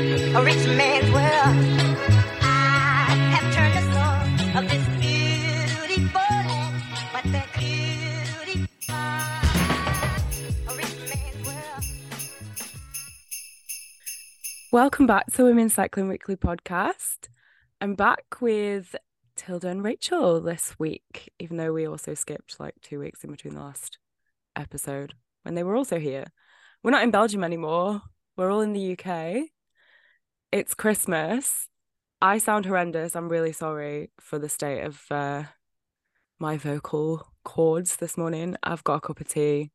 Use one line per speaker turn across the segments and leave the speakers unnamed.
a rich man's world. I have turned the soul of this beautiful land, but that beautiful a rich man's world.
Welcome back to Women's Cycling Weekly podcast. I'm back with Tilda and Rachel this week, even though we also skipped like two weeks in between the last episode when they were also here. We're not in Belgium anymore, we're all in the UK. It's Christmas. I sound horrendous. I'm really sorry for the state of uh, my vocal cords this morning. I've got a cup of tea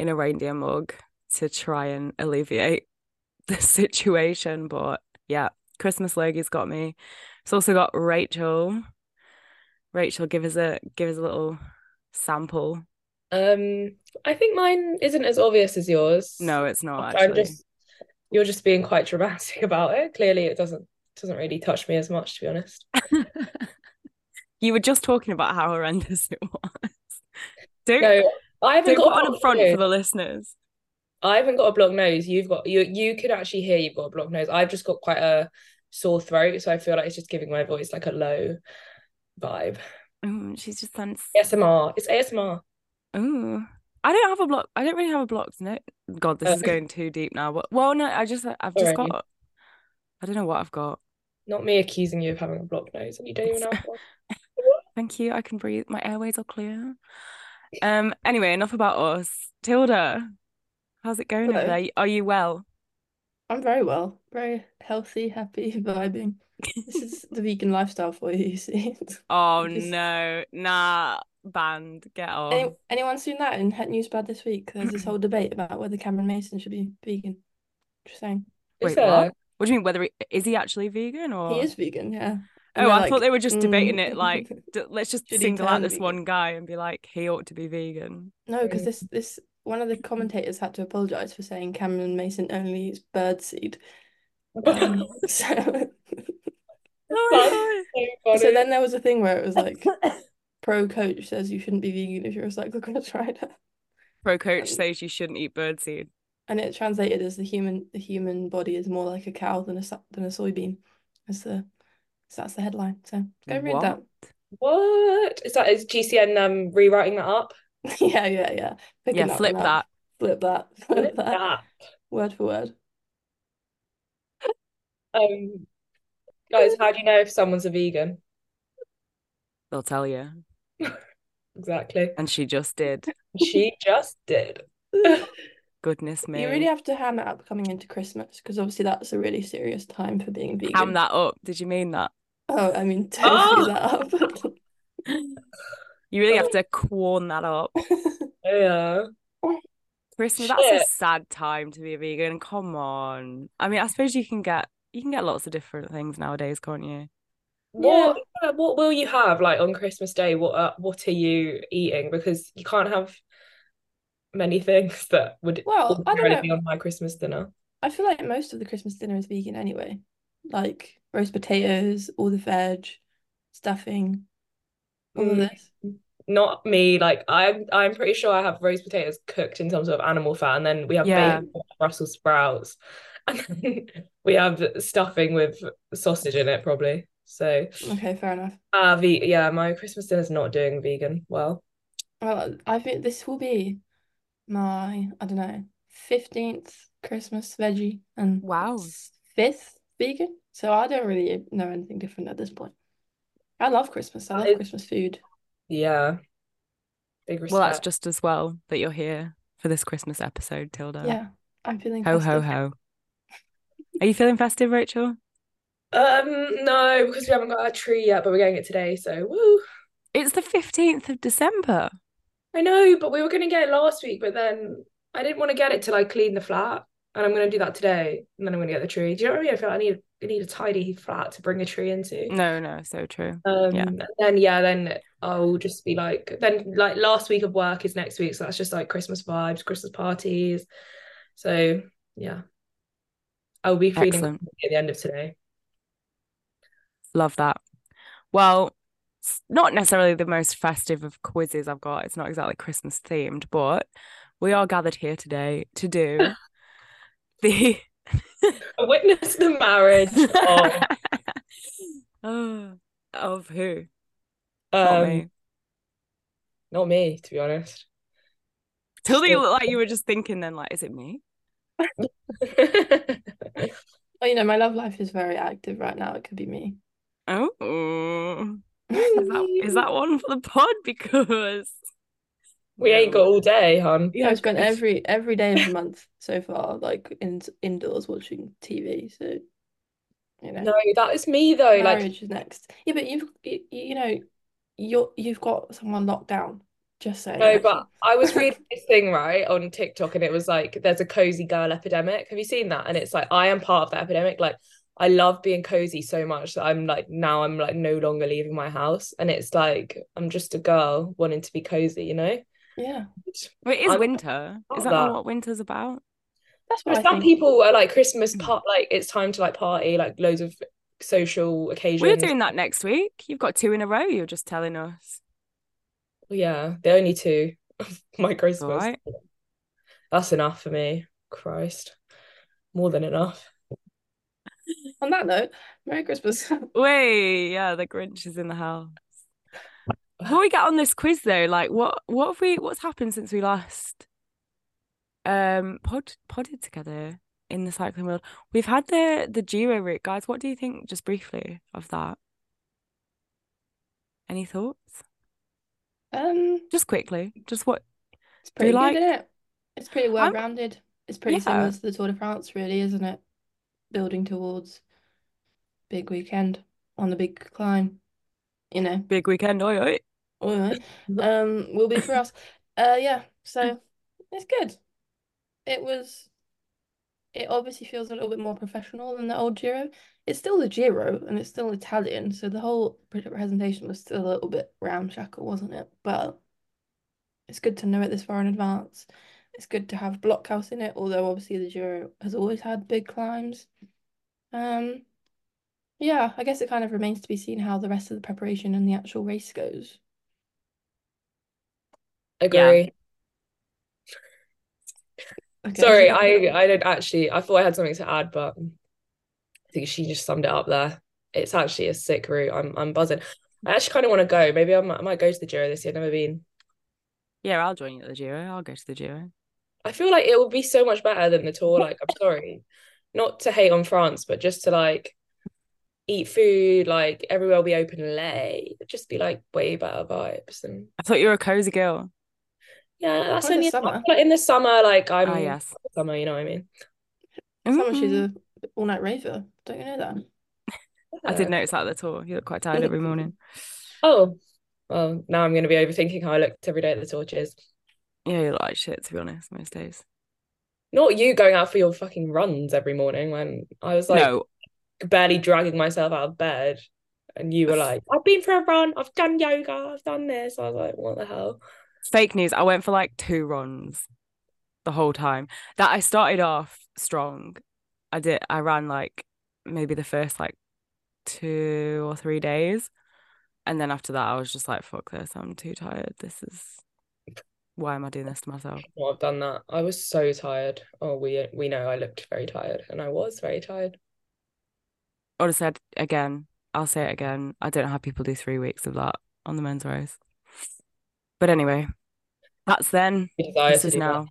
in a reindeer mug to try and alleviate the situation. But yeah, Christmas Logie's got me. It's also got Rachel. Rachel, give us a give us a little sample.
Um, I think mine isn't as obvious as yours.
No, it's not
I'm
actually.
just you're just being quite dramatic about it. Clearly, it doesn't doesn't really touch me as much, to be honest.
you were just talking about how horrendous it was. Do
No, I haven't
do put
got a
on up
blocked
front for
nose.
the listeners.
I haven't got a blocked nose. You've got you. You could actually hear you've got a blocked nose. I've just got quite a sore throat, so I feel like it's just giving my voice like a low vibe.
Ooh, she's just done.
ASMR. It's ASMR.
Ooh. I don't have a block. I don't really have a blocked note. God, this is
Okay.
going too deep now. But well, no, I just I've just
Alright.
got. I don't know what I've got.
Not me accusing you of having a blocked nose, and you don't even have one.
Thank you. I can breathe. My airways are clear. Um. Anyway, enough about us. Tilda, how's it going over
Hello.
there? Are you well?
I'm very well, very healthy, happy, vibing. This is the vegan lifestyle for you, you see.
Oh
Just-
no, nah, banned. Get off.
Any, anyone seen that in Het Nieuwsblad this week? There's this whole debate about whether Cameron Mason should be vegan. Just saying.
Is
Wait, what?
there?
What do you mean? Whether he, is he actually vegan or?
He is vegan, yeah. And
Oh,
they're
I thought
like,
they were just debating
"Mm."
it. Like, d- let's just
Should he
single out
turn
this
vegan?
one guy and be like, he ought to be vegan.
No, because
Mm.
this this one of the commentators had to apologize for saying Cameron Mason only eats birdseed. Um, so,
Oh,
so then there was a thing where it was like pro coach says you shouldn't be vegan if you're a cyclocross rider.
Pro coach
Um,
says you shouldn't eat birdseed.
And it translated as the human the human body is more like a cow than a so- than a soybean. As the so that's the headline. So go read
What?
that.
What is that? Is GCN um rewriting that up?
Yeah, yeah, yeah. Picking
Yeah,
that one
flip
up.
that.
Flip that. Flip that. Word for word.
Um, guys, how do you know if someone's a vegan?
They'll tell you.
Exactly.
And she just did.
She just did.
Goodness
You
me.
really have to ham it up coming into Christmas because obviously that's a really serious time for being vegan.
Ham that up. Did you mean that?
Oh, I mean totally
Oh!
that up.
You really have to corn that up.
yeah.
Christmas, that's a
Shit.
sad time to be a vegan. Come on. I mean, I suppose you can get you can get lots of different things nowadays, can't you?
What uh, what will you have like on Christmas Day? What uh, what are you eating? Because you can't have many things that would
Well, I don't
ordinarily
know.
be on my Christmas dinner.
I feel like most of the Christmas dinner is vegan anyway. Like roast potatoes, all the veg, stuffing, all of
Mm.
this.
Not me. Like I'm I'm pretty sure I have roast potatoes cooked in some sort of animal fat, and then we have
Yeah.
bacon, Brussels sprouts, and then we have stuffing with sausage in it, probably. So.
Okay, fair enough.
Uh, ve yeah, my Christmas dinner's not doing vegan well.
Well, I think this will be my, I don't know, 15th Christmas veggie and
Wow.
s- fifth vegan. So I don't really know anything different at this point. I love Christmas. I love
That is-
Christmas food.
Yeah. Big
Well, that's
respect.
just as well that you're here for this Christmas episode, Tilda.
Yeah, I'm feeling
Ho ho
festive.
ho. Are you feeling festive, Rachel?
Um, no, because we haven't got our tree yet, but we're getting it today, so woo.
It's the 15th of December.
I know, but we were gonna get it last week, but then I didn't want to get it till I clean the flat, and I'm gonna do that today, and then I'm gonna get the tree. Do you know what I mean? I feel like I need I need a tidy flat to bring a tree into.
No, no, so true.
Um,
Yeah.
and then yeah, then I'll just be like, then like last week of work is next week, so that's just like Christmas vibes, Christmas parties. So yeah, I'll be feeling
Excellent.
at the end of today.
Love that. Well, it's not necessarily the most festive of quizzes I've got. It's not exactly Christmas themed, but we are gathered here today to do the
I witnessed the marriage of,
oh, of who? Not
um,
me.
not me, to be honest.
Tilda, you
still-
look like you were just thinking then, like, is it me?
Oh, you know, my love life is very active right now. It could be me.
Oh, is that, is that one for the pod? Because
we ain't got all day, hon.
I've spent every every day of the month so far, like in indoors watching TV. So, you know,
No, that is me though. Like,
marriage is next. Yeah, but you've you, you know, you're you've got someone locked down. Just saying.
no, but I was reading this thing right on TikTok, and it was like, "There's a cozy girl epidemic." Have you seen that? And it's like, I am part of that epidemic. Like, I love being cozy so much that I'm like, now I'm like no longer leaving my house, and it's like I'm just a girl wanting to be cozy, you know?
yeah,
But it is
I'm-
winter. Is
not
that not
that.
what winter's about?
that's what
But
I
some
think.
people are like Christmas part, like it's time to like party, like loads of social
We're
occasions.
doing that next week. You've got two in a row. You're just telling us.
Yeah, the only two of my Christmas.
right.
That's enough for me. Christ. More than enough.
On that note, Merry Christmas. Um,
Way, yeah, the Grinch is in the house. Before we get on this quiz though, like what what have we what's happened since we last um pod podded together in the cycling world? We've had the the Giro route, guys. What do you think just briefly of that? Any thoughts?
Um,
Just quickly. Just what
it's pretty good,
like-
isn't it? It's pretty well rounded. It's pretty similar
Yeah.
to the Tour de France, really, isn't it? Building towards big weekend on the big climb, you know.
big weekend, oi oi.
All right. Um, will be for us. Uh, yeah. So it's good. It was. It obviously feels a little bit more professional than the old Giro. It's still the Giro, and it's still Italian, so the whole pre- presentation was still a little bit ramshackle, wasn't it? But it's good to know it this far in advance. It's good to have Blockhouse in it, although obviously the Giro has always had big climbs. Um, yeah, I guess it kind of remains to be seen how the rest of the preparation and the actual race goes.
Agree.
Okay.
Sorry, I I don't actually I thought I had something to add, but I think she just summed it up there. It's actually a sick route. I'm I'm buzzing. I actually kind of want to go. Maybe I might, I might go to the Giro this year. I've never been.
Yeah, I'll join you at the Giro. I'll go to the Giro.
I feel like it will be so much better than the tour. Like, I'm sorry, not to hate on France, but just to like eat food, like everywhere will be open late. It'd just be like way better vibes. And
I thought you were a cozy girl.
yeah, that's
Oh,
Or the
only
summer.
like in the summer. Like I'm
Ah yes.
summer, you know what I mean?
Someone she's
Mm.
a all night raver. Don't you know that?
I did notice that at the tour. You look quite tired every morning.
Oh, well, now I'm gonna be overthinking how I looked every day at the torches.
Yeah, you look like shit to be honest, most days.
Not you going out for your fucking runs every morning when I was like
no,
barely dragging myself out of bed. And you were like, I've been for a run, I've done yoga, I've done this. I was like, what the hell?
fake news. I went for like two runs the whole time. That I started off strong. I did I ran like maybe the first like two or three days. And then after that I was just like, fuck this, I'm too tired. This is why am I doing this to myself?
Well, I've done that. I was so tired. Oh, we we know I looked very tired, and I was very tired.
Honestly, I'd, again, I'll say it again. I don't know how people do three weeks of that on the men's race. But anyway, that's then.
The desire
This
to
is
do that.
now.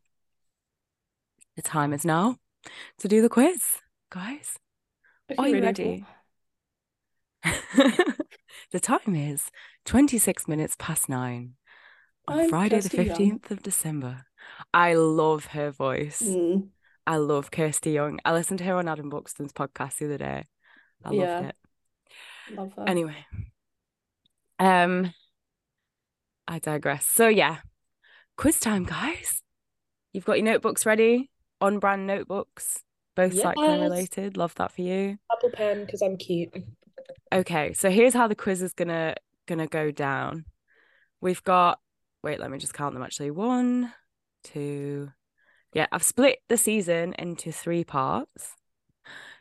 The time is now to do the quiz, guys.
If
Are you
really
ready? the time is 26 minutes past nine on
I'm
Friday, the
Kirsty Young.
15th of December. I love her voice.
Mm,
I love Kirsty Young. I listened to her on Adam Buxton's podcast the other day. I
Yeah.
loved it.
love her.
Anyway, um, I digress. So yeah, quiz time, guys. You've got your notebooks ready, on brand notebooks, both cycling
Yes.
related. Love that for you.
Apple pen because I'm cute.
Okay, so here's how the quiz is gonna gonna go down. We've got wait, let me just count them actually. One, two, yeah, I've split the season into three parts.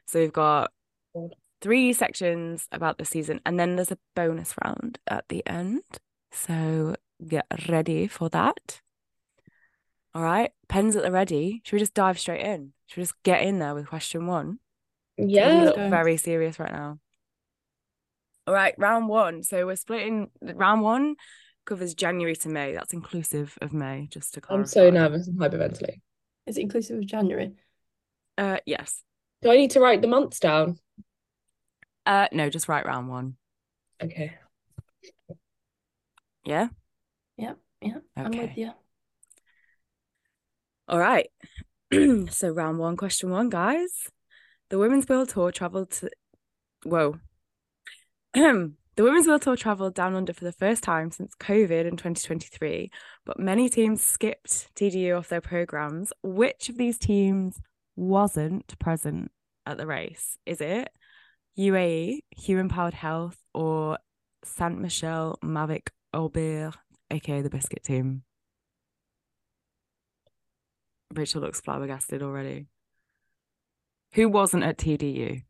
So we've got
Cool.
three sections about the season, and then there's a bonus round at the end. So get ready for that. All right, pens at the ready. Should we just dive straight in? Should we just get in there with question one? We
Yeah.
look
go.
very serious right now. All right, round one. So we're splitting. Round one covers January to May. That's inclusive of May, just to clarify.
I'm so nervous. I'm hyperventilating.
Is it inclusive of January?
Uh, yes.
Do I need to write the months down?
Uh, no, just write round one.
Okay.
Yeah.
I'm
Okay.
with you.
All right. so round one, question one, guys. The Women's World Tour traveled to whoa. the Women's World Tour traveled down under for the first time since COVID in 2023, but many teams skipped TDU off their programs. Which of these teams wasn't present at the race? Is it UAE, Human Powered Health, or Saint Michel Mavic Aubert, aka the Biscuit Team? Rachel looks flabbergasted already. Who wasn't at TDU?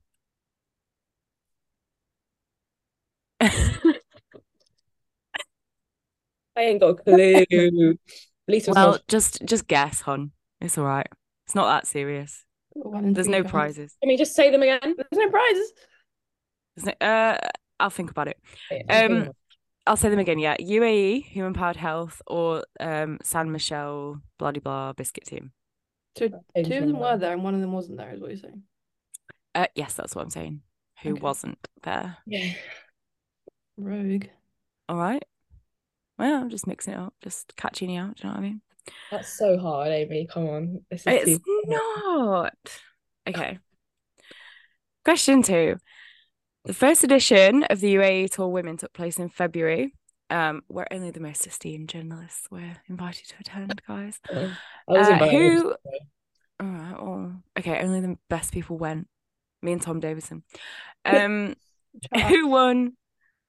I ain't got a clue. At least it's
well,
not.
just just guess, hon. It's all right. It's not that serious.
One in
There's
three
no
chance.
prizes.
Can we just say them again?
There's no prizes.
There's no, uh, I'll think about it. Um,
Um,
I'll say them again. Yeah, UAE, Human Powered Health, or um, San Michel, bloody blah, biscuit team.
So two of them were there and one of them wasn't there, is what you're saying.
Uh, yes, that's what I'm saying. Who
Okay.
wasn't there?
Yeah.
Rogue.
All right. Well, I'm just mixing it up, just catching you out. Do you know what I mean?
That's so hard, Amy. Come on. This is
It's
too-
not. Okay. Question two. The first edition of the UAE Tour Women took place in February, um, where only the most esteemed journalists were invited to attend, guys.
I was
Uh,
invited,
who-
so-
All right. Well, okay. Only the best people went. Me and Tom Davison. Um,
Shut up.
who won?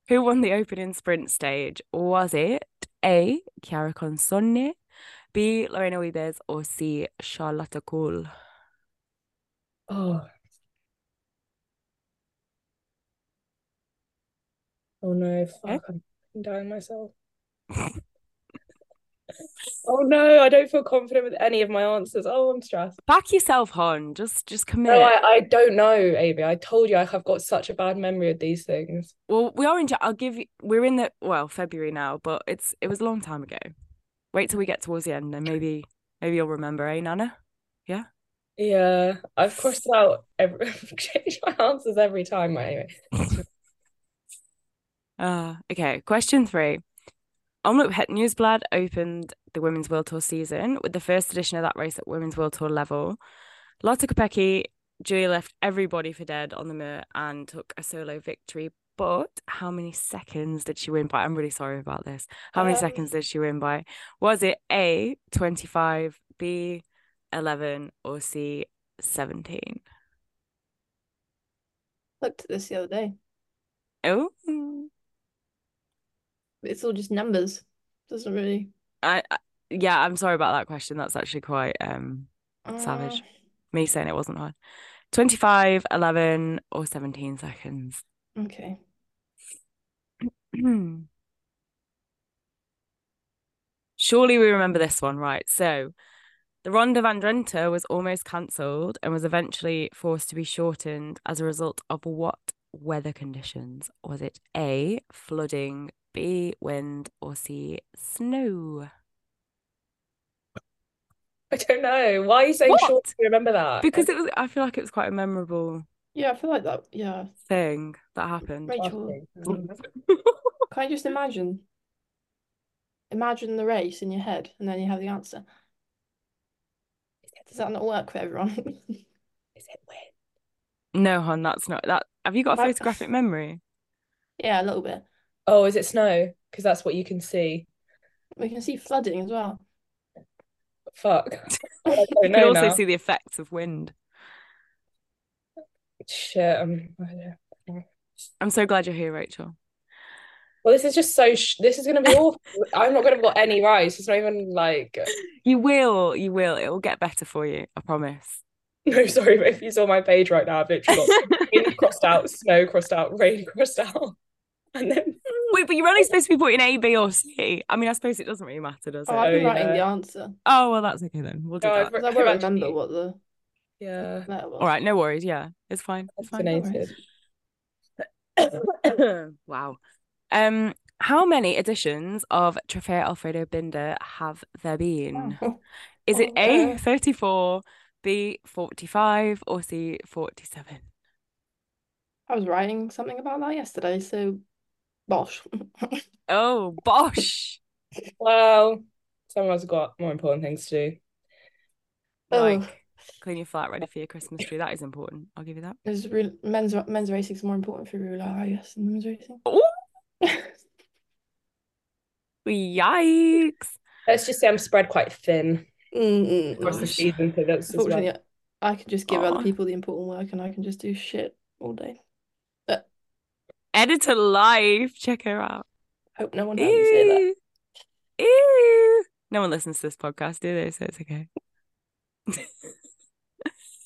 Who won the opening sprint stage? Was it A. Chiara Consonni, B. Lorena Wiebes, or C. Charlotta Cool?
Oh. Oh no, fuck, I'm fucking dying myself. Oh no, I don't feel confident with any of my answers. Oh, I'm stressed.
Back yourself, hon. Just, just commit.
No, I, I don't know, Amy. I told you I have got such a bad memory of these things.
Well, we are in. Ja- I'll give you. We're in the well February now, but it's it was a long time ago. Wait till we get towards the end, and maybe maybe you'll remember, eh, Nana?
Yeah, I've crossed out every I've changed my answers every time, right? Anyway.
Uh, okay. Question three. Omloop Het Nieuwsblad opened the Women's World Tour season with the first edition of that race at Women's World Tour level. Lotta Kopecky, Julia left everybody for dead on the moor and took a solo victory. But how many seconds did she win by? I'm really sorry about this. How many
Um,
seconds did she win by? Was it A, 25, B, 11, or C, 17?
looked at this the other day.
Oh,
It's all just numbers. Doesn't really.
I, I yeah, I'm sorry about that question. That's actually quite um Savage.
Uh,
me saying it wasn't hard. 25, 11, or 17 seconds.
ah, Okay.
Surely we remember this one, right? So the Ronde van Drenthe was almost cancelled and was eventually forced to be shortened as a result of what weather conditions? Was it A, flooding, B, wind, or C, snow?
I don't know. Why are you saying short?
What?
to remember that?
Because it was, I feel like it was quite a memorable
Yeah, I feel like that. Yeah.
thing that happened.
Rachel, can I just imagine? Imagine the race in your head and then you have the answer. Does that not work for everyone?
Is it weird?
No, hon, that's not that. Have you got a
Like-
photographic memory?
Yeah, a little bit.
Oh, is it snow? Because that's what you can see.
We can see flooding as well.
Fuck. I
You
don't
can
know
also
now.
see the effects of wind.
Shit. Um, I don't know.
I'm so glad you're here, Rachel.
well, this is just so. Sh this is gonna be awful. I'm not gonna have got any rights. It's not even like.
You will, you will. It will get better for you. I promise.
No, sorry, but if you saw my page right now, I've literally got wind crossed out, snow crossed out, rain crossed out, and then
Wait, but you're only supposed to be putting A, B, or C. I mean, I suppose it doesn't really matter, does it?
Oh, I've been
Oh,
writing the
yeah.
answer
Oh, well, that's okay then. We'll do
No,
that.
I've re-
because I
I've
won't
actually-
remember what the
Yeah.
letter was.
All right, no worries. Yeah, it's fine. It's fine. don't
Fascinated.
worry. wow. Um, how many editions of Trofeo Alfredo Binder have there been?
Oh.
Is it
Oh,
A
no.
34, B 45, or C 47?
I was writing something about that yesterday, so bosh.
Oh, bosh.
Well, someone's got more important things to do.
Like,
Ugh.
clean your flat ready for your Christmas tree. That is important. I'll give you that.
Is re men's men's racing is more important for Rula, I guess, than women's racing.
Ooh, yikes.
Let's just say I'm spread quite thin
Mm-mm.
across the
Gosh.
season, so that's as well.
Unfortunately, I can just give
Aw.
other people the important work and I can just do shit all day.
Editor Life. Check her out.
Hope no one heard me say that.
Ew. Ew. No one listens to this podcast, do they? So it's okay.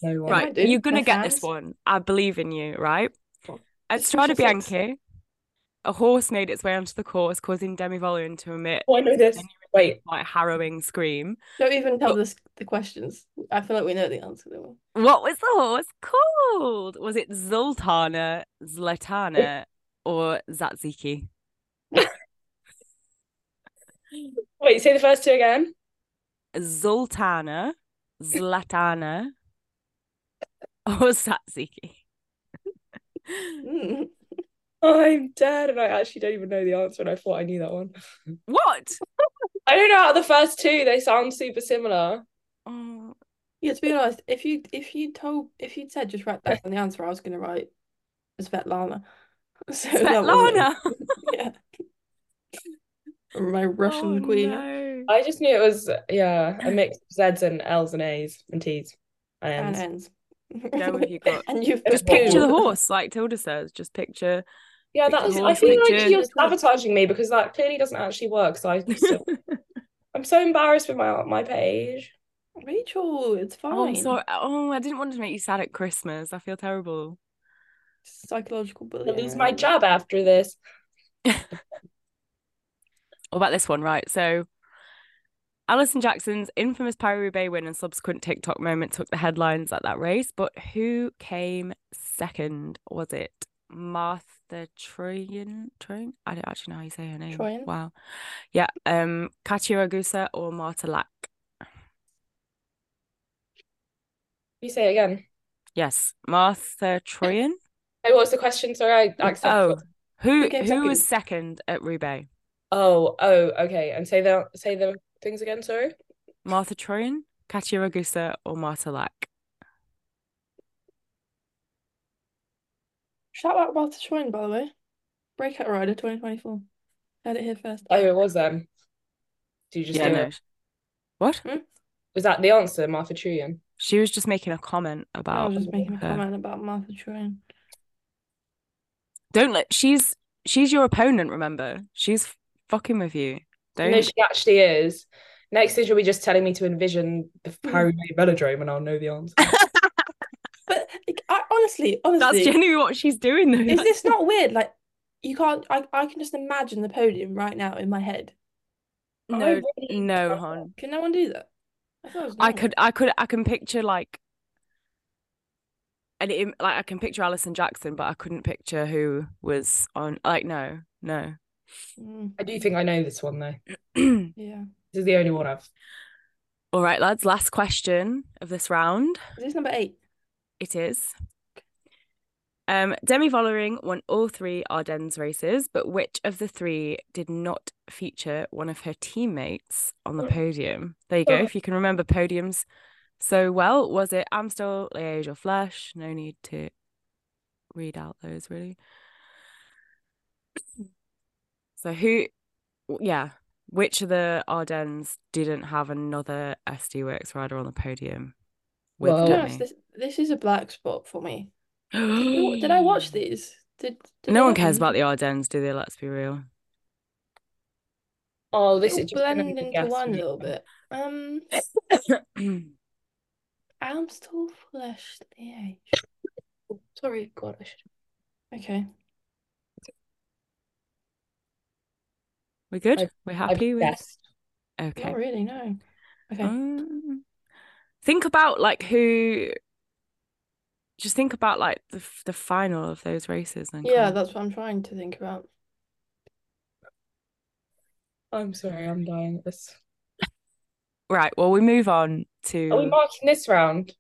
No one.
Right,
do.
you're gonna
My
get this
fans.
one. I believe in you, right?
Cool.
At
This was
Strada
your sixth.
Bianchi, a horse made its way onto the course, causing Demi Vollering to emit
Oh, I know this. Wait,
like harrowing scream.
Don't even tell us the questions. I feel like we know the answer though.
What was the horse called? Was it Zoltana, Zlatana, or Zatziki?
wait, say the first two again.
Zoltana, Zlatana, or Zatziki?
Mm.
I'm dead, and I actually don't even know the answer, and I thought I knew that one.
What?
I don't know how the first two, they sound super similar.
Oh,
Yeah, to be honest, if you if you told if you'd said just write down the answer, I was gonna write Svetlana. So that wasn't-
Svetlana.
Yeah. My
Oh,
Russian queen.
no.
I just knew it was, yeah, a mix of Z's and L's and A's and T's and
And uh,
N's.
ends.
Now have you got
And you've
Just
just
Well-
picture the
horse.
horse, like Tilda says. Just picture.
Yeah,
Picture
that was, I
horse,
feel like
picture-
she was sabotaging me because that clearly doesn't actually work. So I still, I'm so embarrassed with my my page.
Rachel, it's
oh, I'm
fine.
sorry. Oh, I didn't want to make you sad at Christmas. I feel terrible.
Psychological
I lose my
bullying.
job after this.
What about this one, right? So, Alison Jackson's infamous Paris Roubaix win and subsequent TikTok moment took the headlines at that race. But who came second? Was it Martha Troyan? Troyan? I don't actually know how you say her name.
Troyan?
Wow. Yeah. Um, Katia Ragusa or Marta Lack?
You say it again.
Yes, Martha Troyan.
Hey, what was the question? Sorry, I
Oh,
accidentally.
who
Who came
who was second at Roubaix?
Oh, oh, okay. And say the say the things again. Sorry.
Martha Troyan, Katia Ragusa, or Marta Lack?
Shout out Walter Schwein, by the way. Breakout Rider 2024. Had it here first.
Oh, it was them. Do you just
Yeah,
do
no.
it?
What?
Was that the answer, Martha Truian?
She was just making a comment
I
about
was just making a
her.
comment about Martha Troyan.
Don't let she's she's your opponent, remember? She's f- fucking with you.
No,
Don't
she actually is. Next is you'll be just telling me to envision the Paris Velodrome, and I'll know the answer.
But like, I honestly,
that's
honestly,
genuinely what she's doing though.
is this not weird? Like, you can't, I, I can just imagine the podium right now in my head.
I
No,
really
Oh, no,
can't.
hon.
Can no one do that? I thought it was
I
normal.
could I could I can picture like an im like I can picture Alison Jackson, but I couldn't picture who was on like no, no.
Mm,
I do think I know this one though.
yeah.
This is the only one I've.
All right, lads, last question of this round.
Is this number eight?
It is. Um, Demi Vollering won all three Ardennes races, but which of the three did not feature one of her teammates on the
Oh.
podium? There you go.
Oh.
If you can remember podiums so well, was it Amstel, Liège, or Flesh? No need to read out those really. So who? w- Yeah, which of the Ardennes didn't have another SD Works rider on the podium with
Well-
To be
Oh.
honest,
Demi?
this, this is a black spot for me. Did we- did I watch these? Did, did
No
I
one cares
even-
about the Ardennes, do they? Let's be real.
Oh, this
It'll
is just gonna
blend
be a
into
guess
one
for me.
little bit. Um, Amstel Flesh DH.
Sorry, God, I should.
Okay.
We're good?
I-
We're
I've
happy with
guessed.
okay.
Not really, no. Okay.
Um, think about like who just think about like the f- the final of those races and
yeah,
kind of-
that's what I'm trying to think about.
I'm sorry, I'm dying at this.
right well we move on to
Are we marking this round?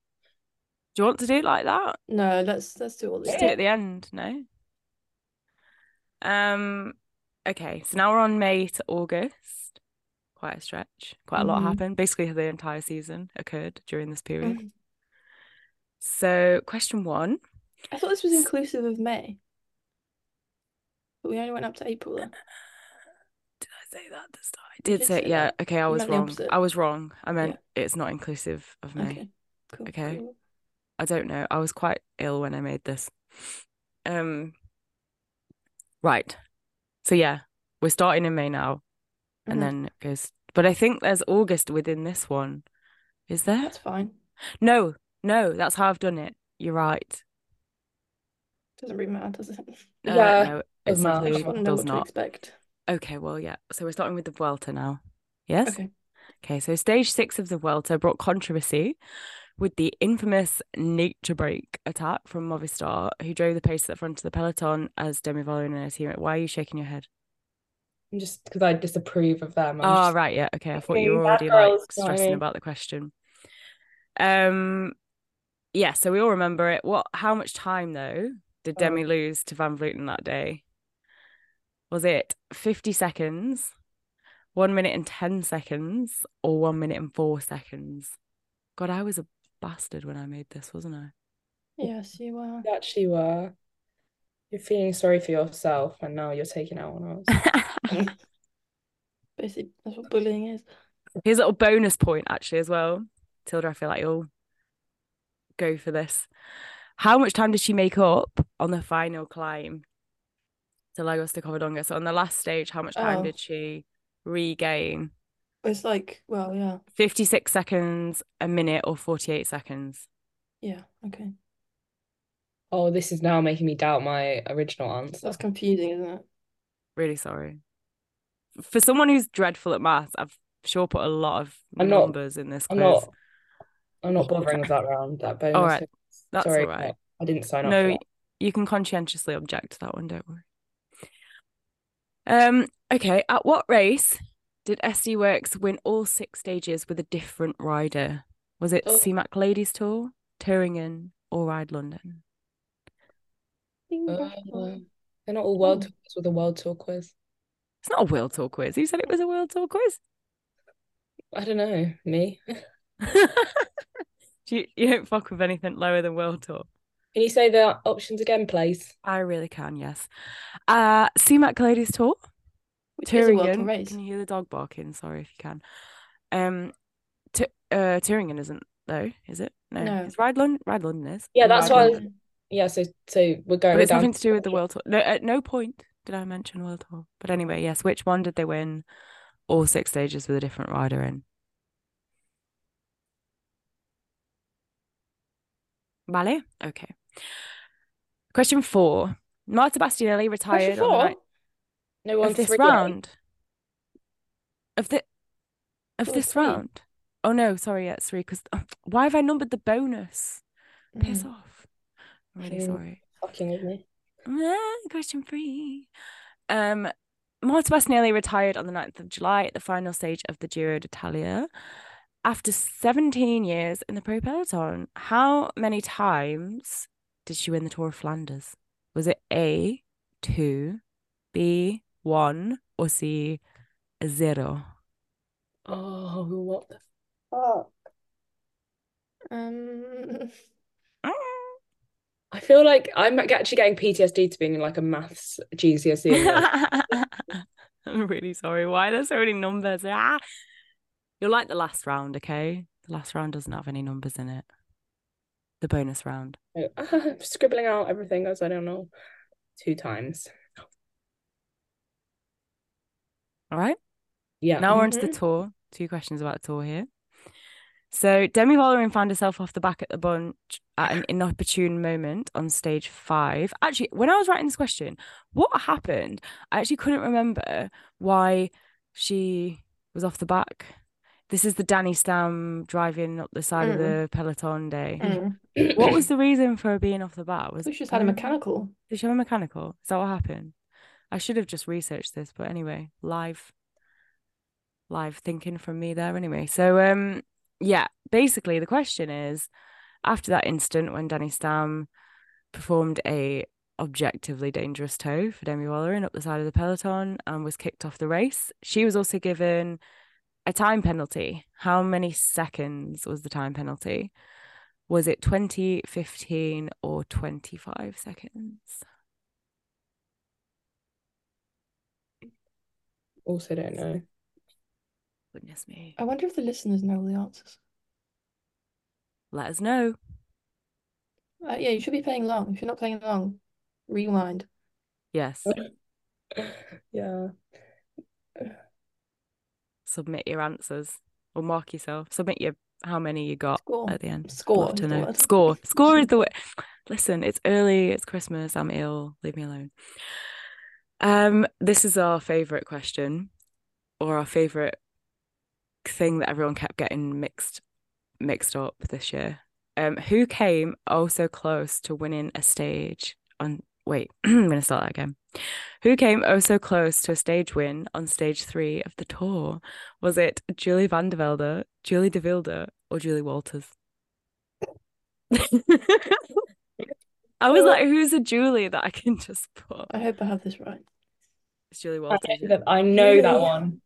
do you want to do it like that
No, let's let's do all this.
just do it at the end no um okay so now we're on May to August quite a stretch quite a lot
Mhm.
happened basically the entire season occurred during this period
Mm-hmm.
so question one
I thought this was inclusive of May. But we only went up to April then.
Did I say that this time? I did
did
say,
say
yeah.
that.
Okay, I
You
was
meant the
wrong.
opposite.
I was wrong. I meant it's not inclusive of me.
Okay. Cool.
Okay.
cool.
I don't know. I was quite ill when I made this. Um, right. So yeah, we're starting in May now, and
Mhm.
then it goes. But I think there's August within this one. Is there?
That's fine.
No, no. That's how I've done it. You're right.
Doesn't really matter, does it?
No,
Yeah,
no, it's
doesn't matter.
I
It
just want to
included.
know
Does
what to
not.
expect.
Okay, well, yeah. So we're starting with the Vuelta now. Yes.
Okay.
Okay, so stage six of the Vuelta brought controversy with the infamous nature break attack from Movistar, who drove the pace at the front of the peloton as Demi Vollering and her teammate. Why are you shaking your head?
I'm just because I disapprove of them. I'm
Oh,
just-
right, yeah, okay. I thought
Okay,
you were
bad
already like
girls,
stressing
sorry.
about the question. Um, yeah, so we all remember it. What? How much time though did
Oh.
Demi lose to Van Vleuten that day? Was it fifty seconds, one minute and ten seconds, or one minute and four seconds? God, I was a bastard when I made this, wasn't I?
Yes, you are.
You actually were. You're feeling sorry for yourself, and now you're taking out on us.
Basically, that's what bullying is.
Here's a little bonus point, actually, as well. Tilda, I feel like you'll go for this. How much time did she make up on the final climb to Lagos to Covadonga? So on the last stage, how much time
Oh.
did she regain?
It's like, well, yeah,
56 seconds, a minute, or 48 seconds?
yeah, okay.
Oh, this is now making me doubt my original answer.
That's confusing, isn't it?
Really sorry. For someone who's dreadful at maths, I've sure put a lot of
I'm not-
numbers in this
I'm
quiz.
not. I'm not bothering with that round. That bonus.
All right,
one.
That's
Sorry,
all right.
but I didn't sign up for
No,
that.
you can conscientiously object to that one, don't worry. Um, okay, at what race did SD Works win all six stages with a different rider? Was it
Oh.
CMAC Ladies Tour, Turingen, or Ride London?
Bing,
Uh,
bang, bang.
They're not all world
Oh.
tours with a world tour quiz.
It's not a World Tour quiz. Who said it was a World Tour quiz?
I don't know. Me.
Do you, you don't fuck with anything lower than World Tour.
Can you say the options again, please?
I really can, yes. Uh, CMAC Ladies Tour,
Which is a world
Turingen.
tour race.
Can you hear the dog barking? Sorry if you can. Um, Tu- uh, Turingen isn't though, is it? No.
No.
It's Ride London. Ride London is.
Yeah, that's
Ride
why I
London.
was- Yeah. So, so we're going
But it's
down.
nothing to do with the World Tour. No, at no point did I mention World Tour. But anyway, yes. Which one did they win? All six stages with a different rider in. Vale. Okay. Question four. Marta Bastianelli
Question
retired on the
four?
night
No
of
one
this
three, right?
round. Of the of
Thought it was
this
three.
round. Oh no, sorry, yeah, it's three. Because why have I numbered the bonus? Piss
Mm.
off. I'm really
Mm.
sorry.
Fucking with me.
Ah, question three. Um, Marta Bassanelli retired on the 9th of July at the final stage of the Giro d'Italia. After 17 years in the pro peloton, how many times did she win the Tour of Flanders? Was it A, two, B, one, or C, zero?
Oh, what the
Fuck. Um,
I feel like I'm actually getting PTSD to being in like a maths GCSE. enrolled.
I'm really sorry. Why there's so many numbers? Ah! You're like the last round, okay? The last round doesn't have any numbers in it. The bonus round.
I'm scribbling out everything as I don't know two times.
All right.
Yeah.
Now we're onto the
Mhm. Mm-hmm.
tour. Two questions about the tour here. So Demi Vollering found herself off the back at the bunch at an inopportune moment on stage five. Actually, when I was writing this question, what happened? I actually couldn't remember why she was off the back. This is the Danny Stam driving up the side of
Mm.
the peloton day. What was the reason for her being off the bat? Was
hmm. We just had a mechanical.
Did she have a mechanical? Is that what happened? I should have just researched this, but anyway, live live thinking from me there anyway. So um yeah, basically the question is after that instant when Danny Stam performed a objectively dangerous toe for Demi Wallering up the side of the peloton and was kicked off the race, she was also given a time penalty. How many seconds was the time penalty? Was it 20, 15 or 25 seconds?
Also, don't know.
Goodness me.
I wonder if the listeners know the answers.
Let us know.
Uh, yeah, you should be playing along. If you're not playing along, rewind.
Yes.
Uh,
Yeah.
Submit your answers or mark yourself. Submit your how many you got
Score.
at the end.
Oh, Score
Love
is
to
the
know.
word.
Score. Score is the word. Listen, it's early, it's Christmas, I'm ill, leave me alone. Um, this is our favourite question or our favourite thing that everyone kept getting mixed mixed up this year. Um, who came oh so close to winning a stage on wait, I'm gonna start that again. Who came oh so close to a stage win on stage three of the tour? Was it Julie Van der Velde, Julie De Wilder, or Julie Walters? I was like, who's a Julie that I can just put?
I hope I have this right.
It's Julie
I
Walters.
know that, I know that
Really?
one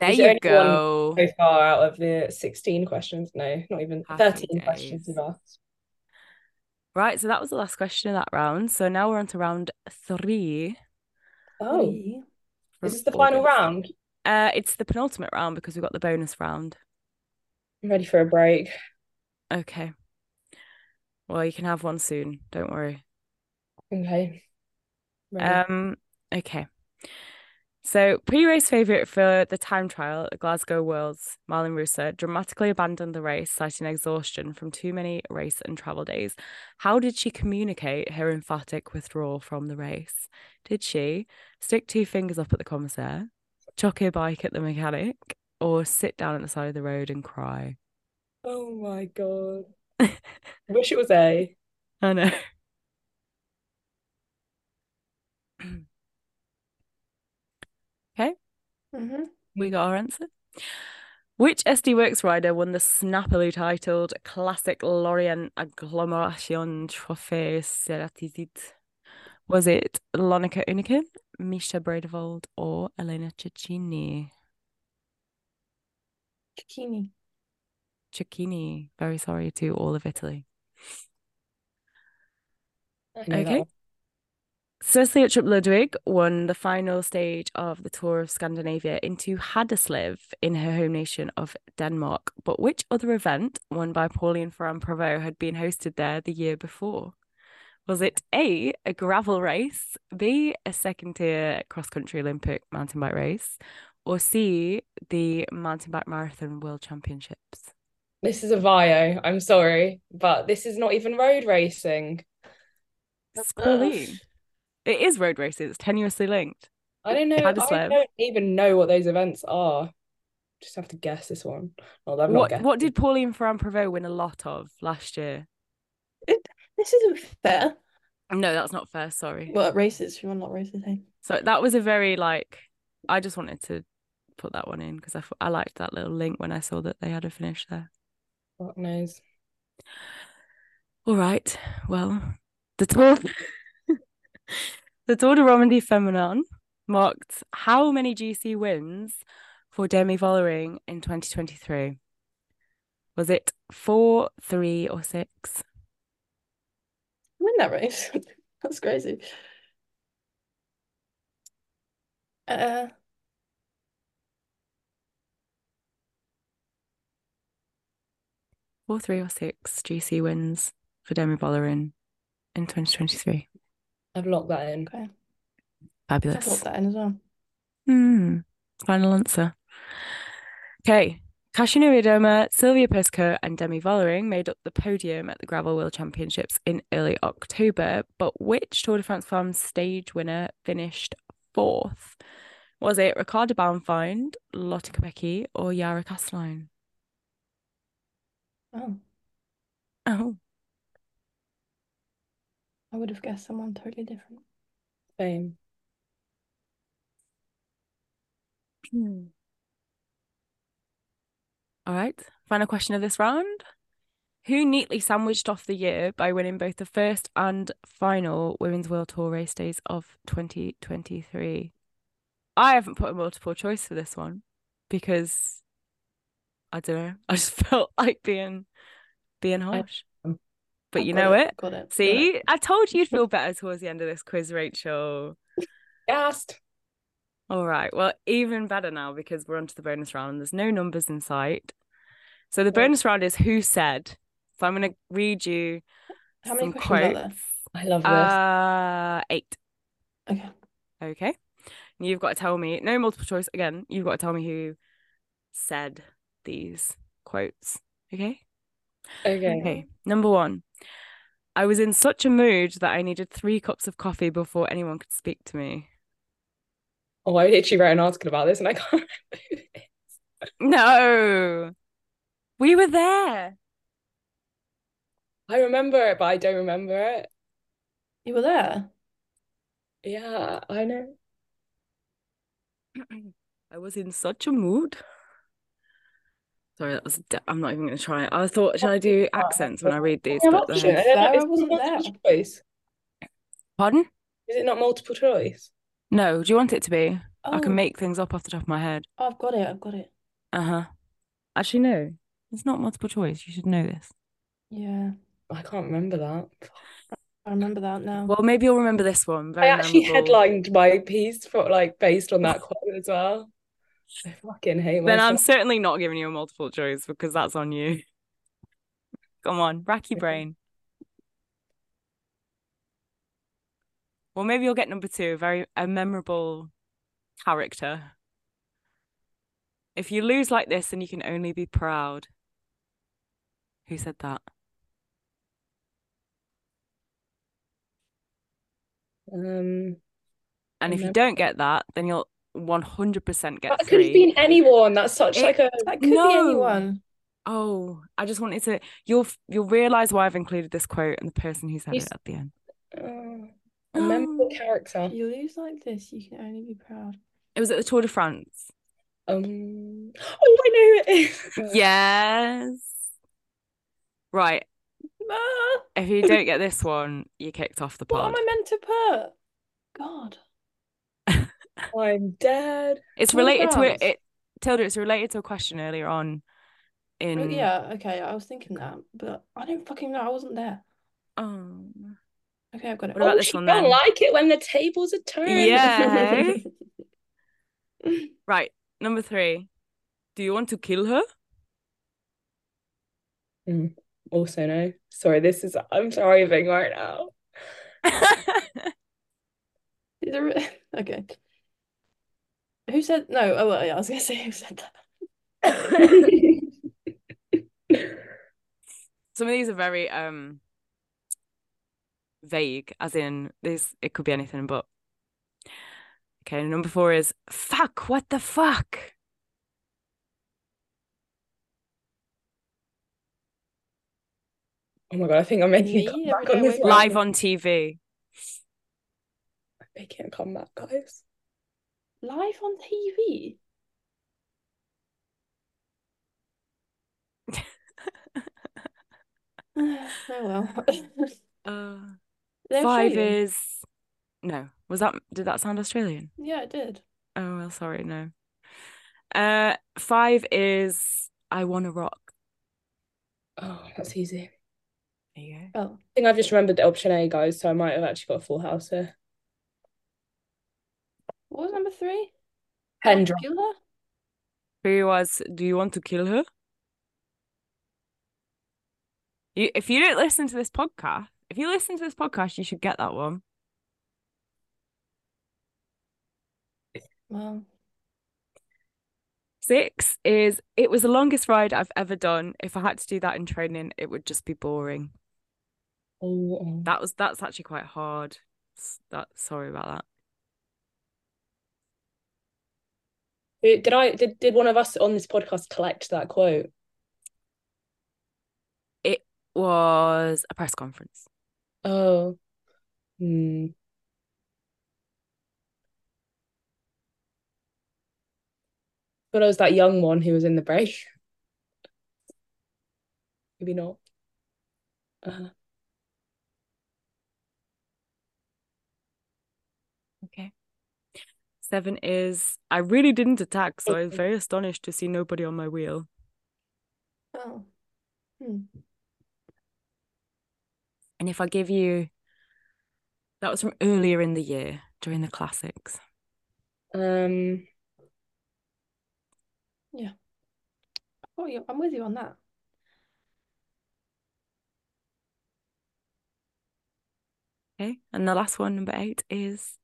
There
Is there
you
anyone-
go.
so far out of the 16 questions. No, not even
Happy
13 questions
days.
we've asked.
Right, so that was the last question of that round. So now we're on to round three.
Oh,
Three.
from
is this the final
August.
round?
Uh, it's the penultimate round because we got the bonus round.
I'm ready for a break.
Okay. Well, you can have one soon. Don't worry.
Okay. Ready.
Um, okay. So, pre-race favourite for the time trial at Glasgow Worlds, Marlon Russo dramatically abandoned the race, citing exhaustion from too many race and travel days. How did she communicate her emphatic withdrawal from the race? Did she stick two fingers up at the commissaire, chuck her bike at the mechanic, or sit down at the side of the road and cry?
Oh my God. Wish it was A.
I know.
Mm-hmm.
We got our answer. Which SD Works rider won the snappily titled Classic Lorient Agglomeration Trophée Ceratizit? Was it Lonica Unikin, Misha Bradevold, or Elena Cecchini?
Zucchini.
Cecchini. Very sorry to all of Italy.
I know that
Okay.
one.
Cecilia Trip Ludwig won the final stage of the Tour of Scandinavia into Haderslev in her home nation of Denmark. But which other event, won by Pauline Ferrand Prevot, had been hosted there the year before? Was it A, a gravel race, B, a second tier cross country Olympic mountain bike race, or C, the mountain bike marathon world championships?
This is a Vio. I'm sorry, but this is not even road racing. Oh,
It's Pauline. It is road racing, it's tenuously linked.
I don't know. I
Paddyslev.
don't even know what those events are. Just have to guess this one. Well, I'm not
What,
guessing.
what did Pauline Ferrand Prevot win a lot of last year?
This isn't fair.
No, that's not fair. Sorry.
Well, races. She won a lot of races, hey?
So that was a very like. I just wanted to put that one in because I thought I liked that little link when I saw that they had a finish there.
Fuck knows?
All right. Well, the tour, the Tour de Romandie Féminin marked how many GC wins for Demi Vollering in 2023? Was it four, three, or six?
Who won that race? That's crazy. Uh,
Four, three, or six GC wins for Demi Vollering in 2023.
I've locked that in.
okay. I
Fabulous.
thought that in as well.
Hmm. Final answer. Okay. Kashina Uedoma, Sylvia Pesco, and Demi Vollering made up the podium at the Gravel World Championships in early October, but which Tour de France farm stage winner finished fourth? Was it Ricardo Baumfind, Lotte Kopecky, or Yara Castelline?
Oh,
Oh,
I would have guessed someone totally different.
Same.
Hmm. All right, final question of this round. Who neatly sandwiched off the year by winning both the first and final Women's World Tour race days of 2023? I haven't put a multiple choice for this one because I don't know. I just felt like being being harsh.
um,
But
I've
you
got
know it.
Got it. got it.
See, I told you'd feel better towards the end of this quiz, Rachel.
Gassed.
All right. Well, even better now because we're on to the bonus round and there's no numbers in sight. So the
Great.
bonus round is who said. So I'm going to read you
How many
some
questions are there?
quotes.
I love this.
Uh, eight.
Okay.
Okay. And you've got to tell me, no multiple choice. Again, you've got to tell me who said these quotes. Okay.
okay.
Okay, number one. I was in such a mood that I needed three cups of coffee before anyone could speak to me.
Oh, I literally wrote an article about this and I can't remember.
No, we were there.
I remember it, but I don't remember it.
You were there.
Yeah, I know.
I was in such a mood. Sorry, that was. d I'm not even going to try it. I thought, should I do accents when I read these?
Yeah,
But
that's
then-
it.
I don't
Sarah
know. Is it
wasn't
multiple choice?
pardon?
Is it not multiple choice?
No. Do you want it to be? I
Oh,
can make things up off the top of my head.
oh, I've got it. I've got it.
Uh huh. Actually, no. It's not multiple choice. You should know this.
Yeah,
I can't remember that.
I remember that now.
Well, maybe you'll remember this one.
I
Very
actually
memorable.
headlined my piece for like based on that quote as well. I fucking hate
Then I'm
myself.
certainly not giving you a multiple choice because that's on you. Come on, rack your
Okay.
brain. Well, maybe you'll get number two, a very a memorable character. If you lose like this, then you can only be proud. Who said that?
Um,
And if you
Remem-
don't get that, then you'll 100% get
that could
three.
have been anyone. That's such like a
That could be
No.
anyone.
Oh, I just wanted to. You'll f- you'll realize why I've included this quote and the person who said
You
it
s-
at the end.
uh, a memorable character.
You lose like this, you can only be proud.
It was at the Tour de France.
Um, oh, I know who it is.
Yes. Right.
Ah,
If you don't get this one, you're kicked off the
what am
pod.
I meant to put? God.
I'm dead.
It's
Tour de
related to it,
France?
it. Tilda, it's related to a question earlier on in.
Oh, yeah, okay, I was thinking that, but I don't fucking know. I wasn't there.
Oh.
Okay, I've got it. Oh.
What about
Oh,
this
she
one
don't
then?
like it when the tables are turned.
Yeah. Right. Number three. Do you want to kill her?
Also, no. Sorry, this is I'm driving right now.
Is there... Okay. Who said no? Oh, well, yeah, I was gonna say who said that.
Some of these are very um vague, as in this it could be anything but. Okay, number four is fuck, what the fuck?
Oh my god, I think I'm making a
Me?
comeback
Every day
on
I
this
wake up.
one.
Live on TV.
I'm making a comeback, guys.
Live on TV? Oh well.
Uh,
They're
five
Australian.
is no. Was that did that sound Australian?
Yeah, it did.
Oh well, sorry, no. Uh, five is I want to rock.
Oh, that's easy. I
There you go.
Oh,
think I've just remembered the option A, guys, so I might have actually got a full house here.
what was number three?
Hendra.
Dracula?
Three was Do you want to kill her? You, if you don't listen to this podcast, if you listen to this podcast, you should get that one.
Well,
Six is it was the longest ride I've ever done. If I had to do that in training, it would just be boring.
Oh,
That was that's actually quite hard. S- That sorry about that.
Did I did, did one of us on this podcast collect that quote?
Was a press conference.
Oh. Hmm. But I was that young one who was in the break. Maybe not. Uh,
Okay. Seven is I really didn't attack, so I was very astonished to see nobody on my wheel.
oh. Hmm.
And if I give you that was from earlier in the year during the classics.
um,
Oh, you I'm with you on that.
Okay. And the last one, number eight, is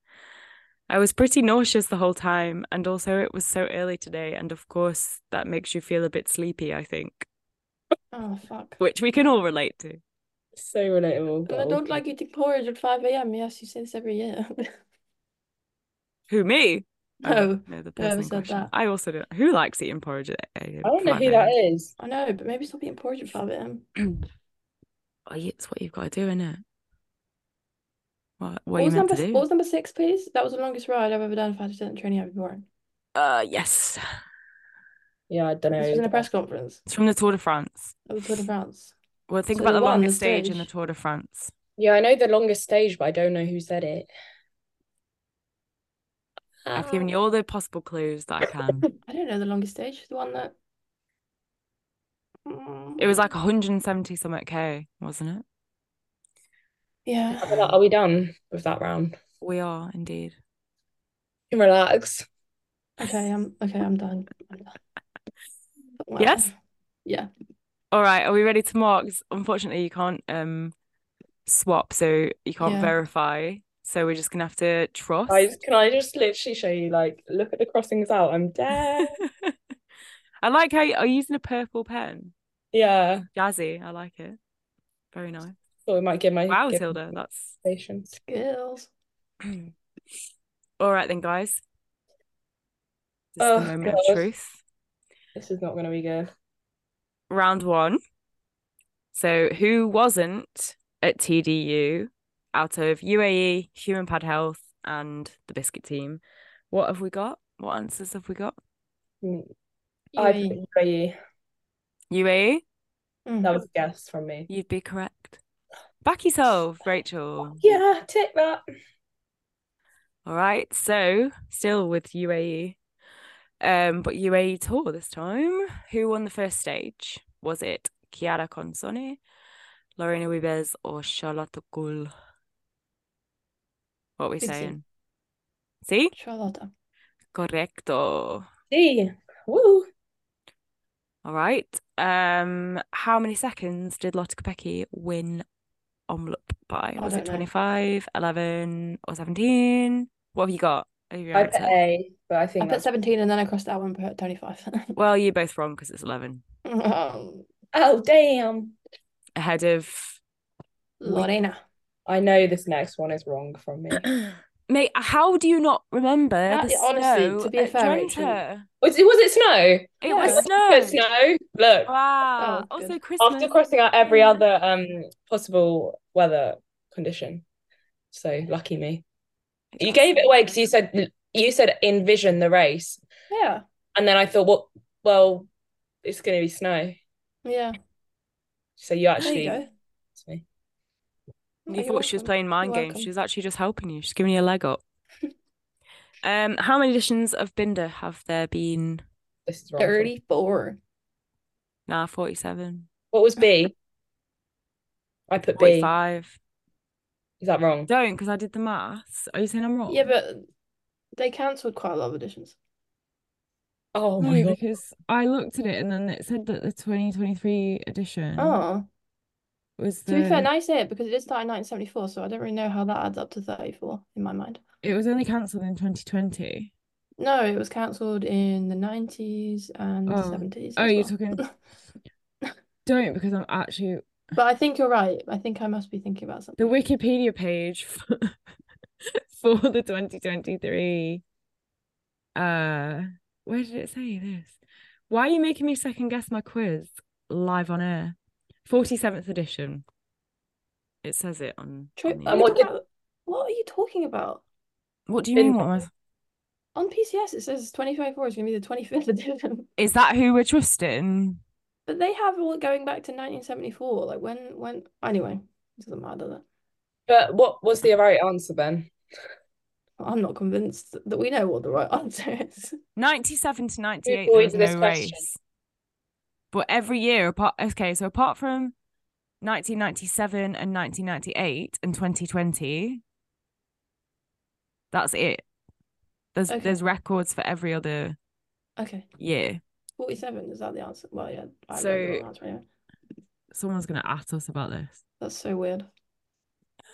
I was pretty nauseous the whole time. And also, it was so early today. And of course, that makes you feel a bit sleepy, I think,
Oh, fuck.
which we can all relate to.
so relatable.
And I
but
don't
also-
like eating porridge at 5 a.m. Yes, you say this every year.
Who, me? Oh,
No,
no, the
whoever
person in
said
question.
that.
I also don't. Who likes eating porridge at eight?
I don't know who that is.
I know, but maybe stop eating porridge at 5 a.m.
Oh, yeah, it's what you've got to do, isn't it? What, what
What
are you
was
meant
number,
to do?
what was number six, please? That was the longest ride I've ever done. If I had to do it in training, I'd be boring.
Uh, yes.
Yeah, I don't
This was in
know.
a press conference
It's from the Tour de France.
at the Tour de France.
Well, think
So
about
the
the
one on the
longest stage in the
stage.
Tour de France.
Yeah, I know the longest stage, but I don't know who said it.
I've given you
Oh.
all the possible clues that I can.
I don't know the longest stage, the one that.
It was like
Mm,
170 something K, wasn't it?
yeah.
Are we done with that round?
We are indeed.
Relax.
Okay, I'm okay. I'm done. I'm done. Wow.
Yes?
Yeah.
All right, are we ready to mark? 'Cause Unfortunately, you can't um swap, so you can't
Yeah.
verify. So we're just gonna have to trust.
Guys, can I just literally show you? Like, look at the crossings out. I'm dead.
I like how you are you using a purple pen.
yeah.
Jazzy, I like it. Very nice.
So we might give my
Wow,
give
Tilda, that's
patience.
Skills.
all right then, guys. This
Oh,
is the moment
God.
of truth.
This is not going to be good.
round one. So, who wasn't at TDU out of UAE, Human Pad Health, and the Biscuit Team? What have we got? What answers have we got?
Mm, I
UAE.
put UAE.
UAE,
Mm.
That was a guess from me.
E, you'd be correct. Back yourself, Rachel.
Yeah, take that.
All right. So, still with UAE, um, but UAE tour this time. Who won the first stage? Was it Chiara Consoni, Lorena Webers, or Charlotte Gull? What are we
Good team.
saying? See?
Charlotta.
Correcto.
D. Woo.
All right. Um, how many seconds did Lotte Kopecky win Omloop by?
I
Was it
don't know.
25, 11, or 17? What have you got? Have you
I
answered?
put A, but I
I
think
put
that's.
17 and then I crossed out one and put 25.
Well, you're both wrong because it's 11.
Um,
Oh, damn.
Ahead of.
Lorena.
I know this next one is wrong from me.
Mate, how do you not remember
That-
the
honestly,
snow
to be
at
fair, Rachel-
Drenthe?
Was it, was it snow?
It
Yeah.
was
It
I
snow.
put snow. Look,
Wow.
Oh,
also,
good.
Christmas.
after crossing out every
Yeah.
other um possible weather condition. So lucky me.
It
You
does.
gave it away because you said you said envision the race,
Yeah.
and then I thought, what? Well, it's going to be snow.
Yeah.
So you
There
actually,
you go.
It's me.
You
You're
thought she was
welcome.
playing mind
You're
games.
welcome.
She was actually just helping you. She's giving you a leg up. um, how many editions of Binder have there been?
this is wrong. for me.
34.
Nah, 47,
What was B? I put B.
45.
Is that wrong?
Don't, because I did the maths. Are you saying I'm wrong?
Yeah, but they cancelled quite a lot of editions.
Oh my god.
because I looked at it and then it said that the 2023 edition
Oh.
was
To be fair, now you say it because it did start in 1974, so I don't really know how that adds up to 34 in my mind.
it was only cancelled in 2020.
No, it was cancelled in the 90s and the
Oh.
70s
Oh,
as
you're
well.
talking. Don't because I'm actually
But I think you're right. I think I must be thinking about
the
something.
Wikipedia page for, for the 2023. Uh, where did it say this? Why are you making me second guess my quiz live on air? 47th edition. It says it on.
Tro-
on the
are
And
we
end.
what
talking
did-
about- what are you talking about?
What do you mean?
in-
What am I-
On PCS, it says 2024 is going to be the 25th edition.
Is that who we're trusting?
But they have all going back to 1974. Like when, when, anyway, it doesn't matter. does it?
But what was the right answer then?
I'm not convinced that we know what the right answer is.
97 to 98 there
boy
was
to this
no
question.
race but every year apart okay so apart from 1997 and 1998 and 2020 that's it there's
Okay.
there's records for every other
Okay,
year
47, is that the answer? Well, yeah, I
So-
read the wrong answer anyway.
someone's gonna at us about this
That's so weird.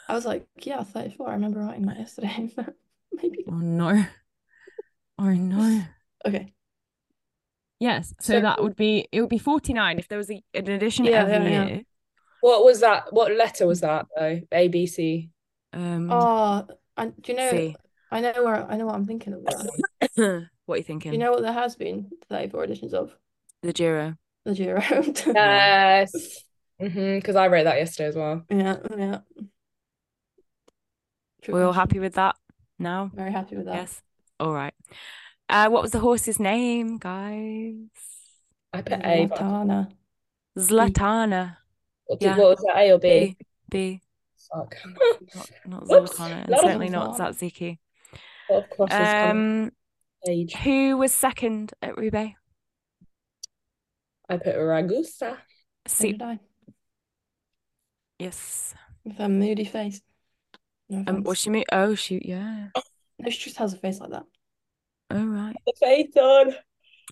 I was like, yeah, 34. I remember writing that yesterday. Maybe.
oh no oh no
Okay.
yes so,
So-
that would be it would be 49 if there was a, an addition
Yeah,
every
yeah, yeah.
year
What was that? What letter was that though? A B C.
um
Oh, and do you know?
see.
I know where I know what I'm thinking of. there.
what are you
Do
thinking
you know what there has been 34 editions of
the jira
the Giro?
Yes. Mm-hmm. Because I wrote that yesterday as well.
Yeah, yeah. True
we're all
question.
happy with that now
Very happy with that.
Yes. All right. Uh, what was the horse's name, guys?
I put A. but I can't-
Latana.
Zlatana.
What,
Yeah.
did, what was that? A or B?
B. B.
Fuck.
Not, not
Whoops.
Zlatana, and
Not
certainly not
Zlatana.
Zatziki.
What of crosses um,
Um,
page?
who was second at Roubaix?
I put Ragusa.
So
See,
did I.
yes.
With her moody face. No
Um,
offense.
was she? Mo- oh shoot, yeah.
No, she just has a face like that.
All right.
The face on.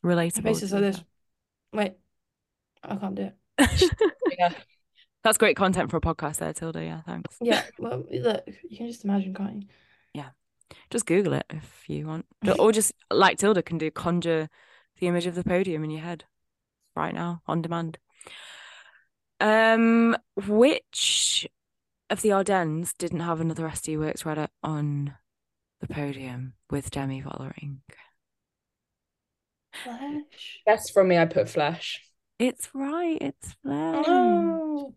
Relatable.
Her face
to
is like
be
this. Wait, I can't do it.
fair.
Yeah.
That's great content for a podcast, there, Tilda. Yeah, thanks.
Yeah, well, look, you can just imagine, can't you?
Just Google it if you want, or just like Tilda can do, conjure the image of the podium in your head right now on demand. Um, which of the Ardennes didn't have another SD Works Reddit on the podium with Demi following?
Flash.
That's from me. I put flesh.
It's right. It's Flair.
No.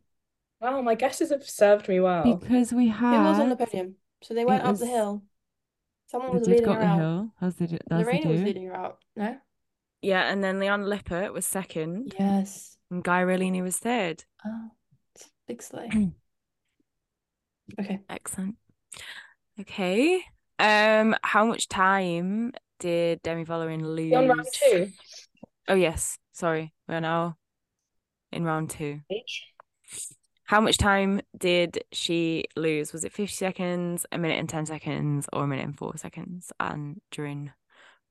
Wow, my guesses have served me well.
Because we
It
had.
was on the podium. So they went
it
up the
was-
hill. Someone was
they did
leading
go
her
up the
out.
hill, as they do. as they
Lorena was
do.
leading her out. No?
Yeah, and then Leon Lippert was second,
Yes.
and Guy Rellini was third.
Oh, it's a big sleigh.
Mm.
Okay.
Excellent. Okay. Um, how much time did Demi Vollering
Are you On round
lose?
two.
Oh yes, sorry. We're now in round two.
Page.
How much time did she lose? Was it 50 seconds, a minute and 10 seconds, or a minute and four seconds? And during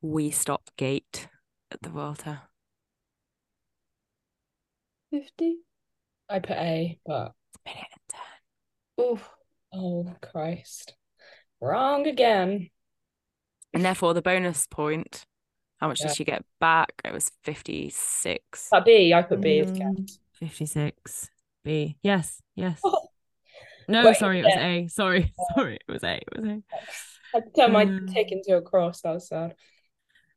we stop gate at the Vuelta.
50.
I put A, but
Minute and 10.
Oof.
oh Christ, wrong again.
And therefore the bonus point, how much
Yeah.
did she get back? It was 56.
That B. I put B as
Mm.
guess.
56 B. Yes, yes.
Oh.
No,
Wait,
sorry, it was A. Sorry, sorry, it was A. It was A.
I had to turn my
Um,
tick into a cross. That was sad.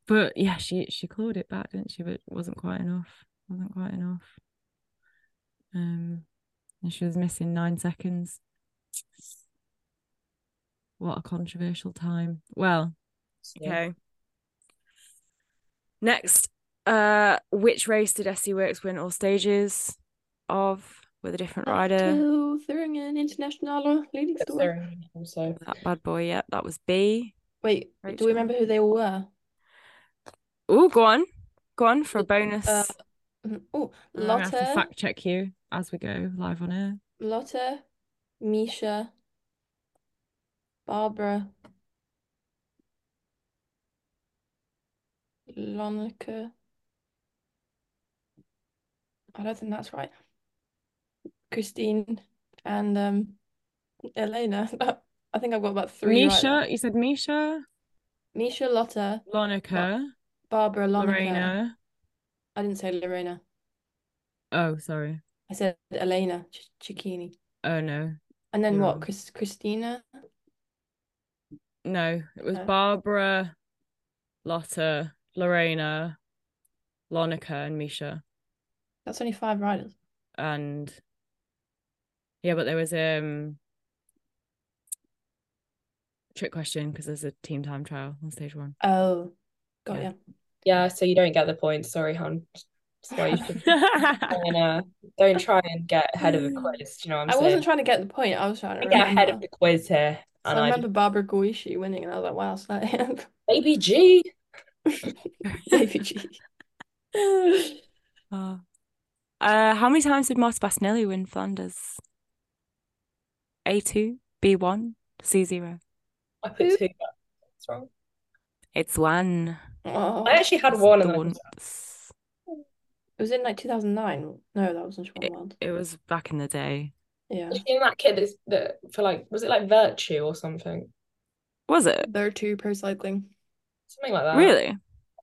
But yeah, she she clawed it back, didn't she? But it wasn't quite enough. Wasn't quite enough. Um, and she was missing nine seconds. What a controversial time. Well,
So,
okay. Next, uh, which race did SC Works win all stages of with a different rider?
To Thuringen Internationale leading
that's
story.
there also.
That bad boy, yeah, that was B.
Wait, do
Rachel.
we remember who they all were?
Oh, go on. Go on for a bonus.
Uh, mhm. oh,
I'm gonna Uh, have to
Lotta,
fact check you as we go live on air.
Lotta, Misha, Barbara, Lonica. I don't think that's right. Christine and um Elena. I think I've got about three right
Misha,
there.
you said Misha?
Misha Lotta,
Lonica,
Barbara Lonica.
Lorena.
I didn't say Lorena.
Oh, sorry.
I said Elena Ch- Cicchini.
Oh no,
And then
You're
what?
wrong.
Chris- Christina?
no. It was
No.
Barbara, Lotta, Lorena, Lonica, and Misha.
That's only five riders.
and yeah, but there was um trick question because there's a team time trial on stage one.
Oh, got
Yeah.
ya.
Yeah, so you don't get the points. Sorry, hon. That's why you should and, uh, don't try and get ahead of the quiz. Do you know what I'm
Mm. I
saying?
wasn't trying to get the point. I was trying to
Trying to get ahead of
remember.
the quiz here.
So
And
I
I
remember Barbara Goishi winning, and I was like, wow, so that
Baby G.
Baby G.
Oh. Uh, how many times did Marta Bastinelli win Flanders? A2, B1, C0.
I put two. but That's wrong.
It's one.
Oh,
I actually had one
The
and then I
one-
was
it was in like 2009. No, that wasn't Schwan World.
It was back in the day.
Yeah.
like, "Seeing that kid is that for like was it like virtue or something?
Was it?
There are two pro cycling.
Something like that.
Really?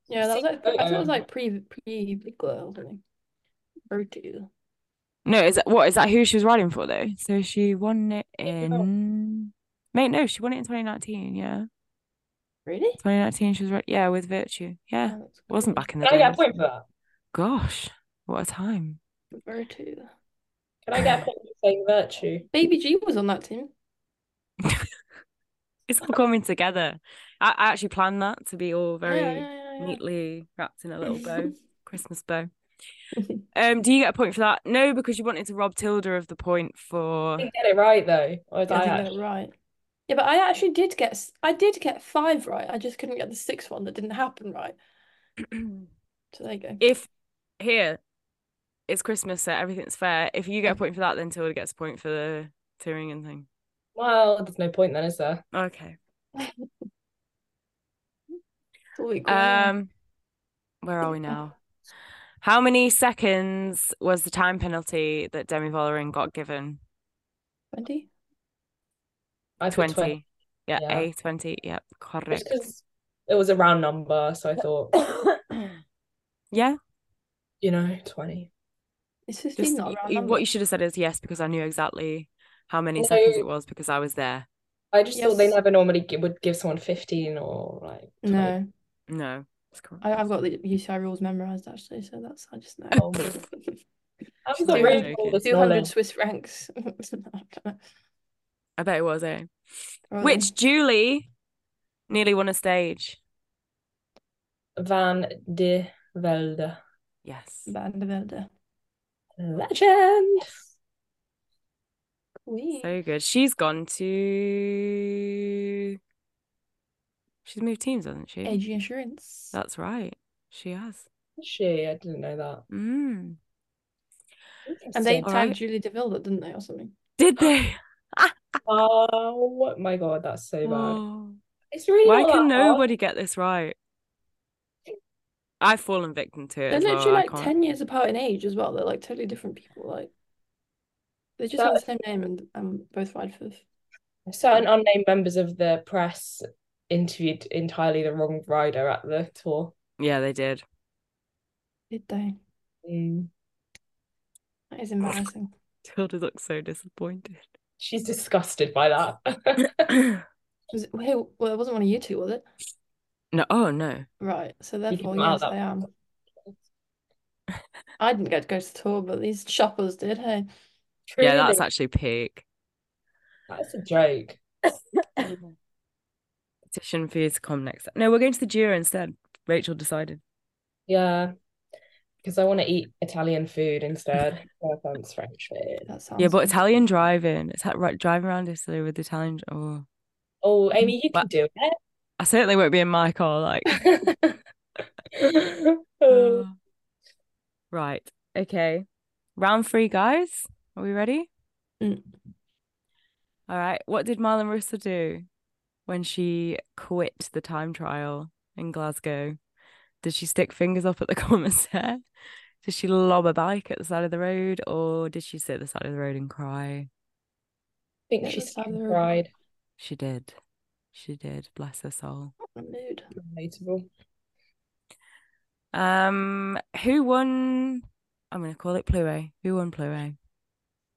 Yeah, that
See,
was like, I thought it
um,
was like pre pre Big Girl or something. Pro two.
No, is that what is that who she was riding for though? So she won it
Eight mil.
in mate, no, she won it in 2019, yeah.
Really?
2019 she was right yeah, with Virtue. Yeah.
Oh, that's
Wasn't
cool.
back in the
Can I get a
day.
point for that?
Gosh, what a time.
Pro two.
Can I get a point for saying virtue?
Baby G was on that team.
It's all coming together. I, I actually planned that to be all
Yeah,
very
yeah, yeah, yeah.
neatly wrapped in a little bow, Christmas bow. Um, do you get a point for that? No, because you wanted to rob Tilda of the point for
I didn't get it right though. Or did
Yeah,
I
I did
actually-
that right. Yeah, but I actually did get s- I did get five right. I just couldn't get the sixth one that didn't happen right. So there you go.
if here it's Christmas, so everything's fair. If you get a point for that, then Tilda gets a point for the Turingen thing.
Well, there's no point then, is there?
Okay.
It's all equal, yeah.
Um, where are we now? How many seconds was the time penalty that Demi Vollering got given?
20?
I put
20.
20.
Yeah,
yeah.
A 20. Yep,
Just
correct.
because it was a round number, so I thought,
yeah,
you know, 20.
It's 15
just
not
y-
a round
y-
number.
what you should have said is yes, because I knew exactly how many
No.
seconds it was because I was there.
I just thought they
Yes.
never normally gi- would give someone 15 or like 20.
No,
No, it's correct.
I, I've got the UCI rules memorized actually, so that's I just know.
Oh. I've
She's
got
doing
room
it.
for all this
200
knowledge.
Swiss francs.
I bet it was A.
Probably.
Which Julie nearly won a stage.
Van de Velde.
Yes.
Van der Velde.
Legend.
Queen.
So good. She's gone to. She's moved teams, hasn't she?
AG Insurance.
That's right. She has.
She, I didn't know that.
Mm.
And they
Interesting.
All
tagged
right.
Julie DeVille, didn't they, or something?
Did they?
Oh my god, that's so bad.
Oh.
It's really
Why
not
can
that hard.
nobody get this right? I've fallen victim to it
They're
as well.
literally
I
like
can't-
10 years apart in age as well. They're like totally different people. Like they just have the same name and um, both ride for
Certain unnamed members of the press interviewed entirely the wrong rider at the tour.
Yeah, they did.
did they?
Mm.
That is embarrassing.
Tilda looks so disappointed.
She's disgusted by that.
no,
Was it, who, well, it wasn't one of you two, was it?
oh no.
Right. So
can
therefore,
come out
yes,
that
I am. I didn't get to go to the tour, but these shoppers did. Hey,
Yeah, that's
Truly,
actually peak.
that's a joke.
Petition for you to come next. No, we're going to the Jura instead. Rachel decided.
Yeah, because I want to eat Italian food instead. No offense, French food.
that sounds
Yeah, but
nice.
Italian driving. It's ha- right, driving around Italy with Italian. Oh,
Oh, Amy, you
But-
can do
I certainly won't be in my car. Like,
Oh, it. Oh,
oh. right. Okay. Round three, guys. Are we ready?
Mm.
All right. What did Marlon Russell do when she quit the time trial in Glasgow? Did she stick fingers up at the commissaire? Did she lob a bike at the side of the road, or did she sit at the side of the road and cry?
I think
Get
she
the side of
skipped
the road.
ride.
She did. She did, bless her soul.
The mood.
Relatable.
Um, who won? I'm gonna call it Pluto. Who won Pluto?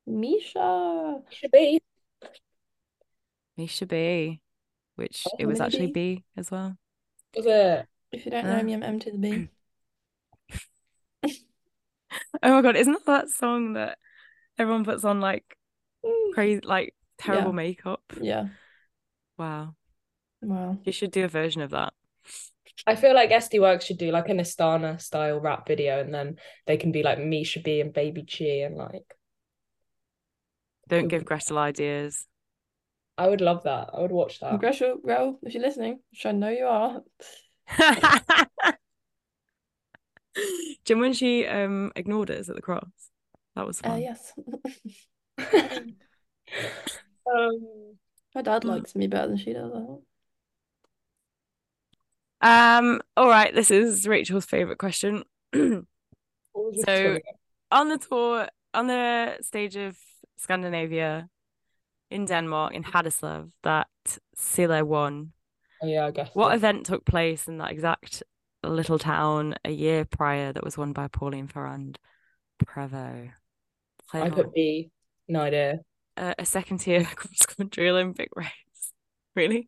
Misha.
Should be.
Misha B, which
Oh,
it was actually B as well.
Was it?
If you don't
Ah.
know me, I'm M to the B.
Oh my god, isn't that that song that everyone puts on like crazy, like terrible
Mm. Yeah.
makeup?
Yeah.
Wow,
Wow.
you should do a version of that.
I feel like SD Works should do like an Astana style rap video and then they can be like Misha B and Baby G and like
Don't give Gretel ideas.
I would love that. I would watch that.
Gresham, Grell, if you're listening, which I know you are. uh,
Jim, when she um ignored us at the cross, that was
Uh,
fun.
yes.
um
My dad
Mm.
likes me better than she does. I think.
Um, all right, this is Rachel's favorite question.
what was
So-
your tour again?
on the tour on the stage of Scandinavia in Denmark in Hadeslav that Sile won.
Oh, yeah, I guess.
What
so.
event took place in that exact little town a year prior that was won by Pauline Ferrand Prevost?
I put B. No idea.
a, a second tier cross country Olympic race. Really?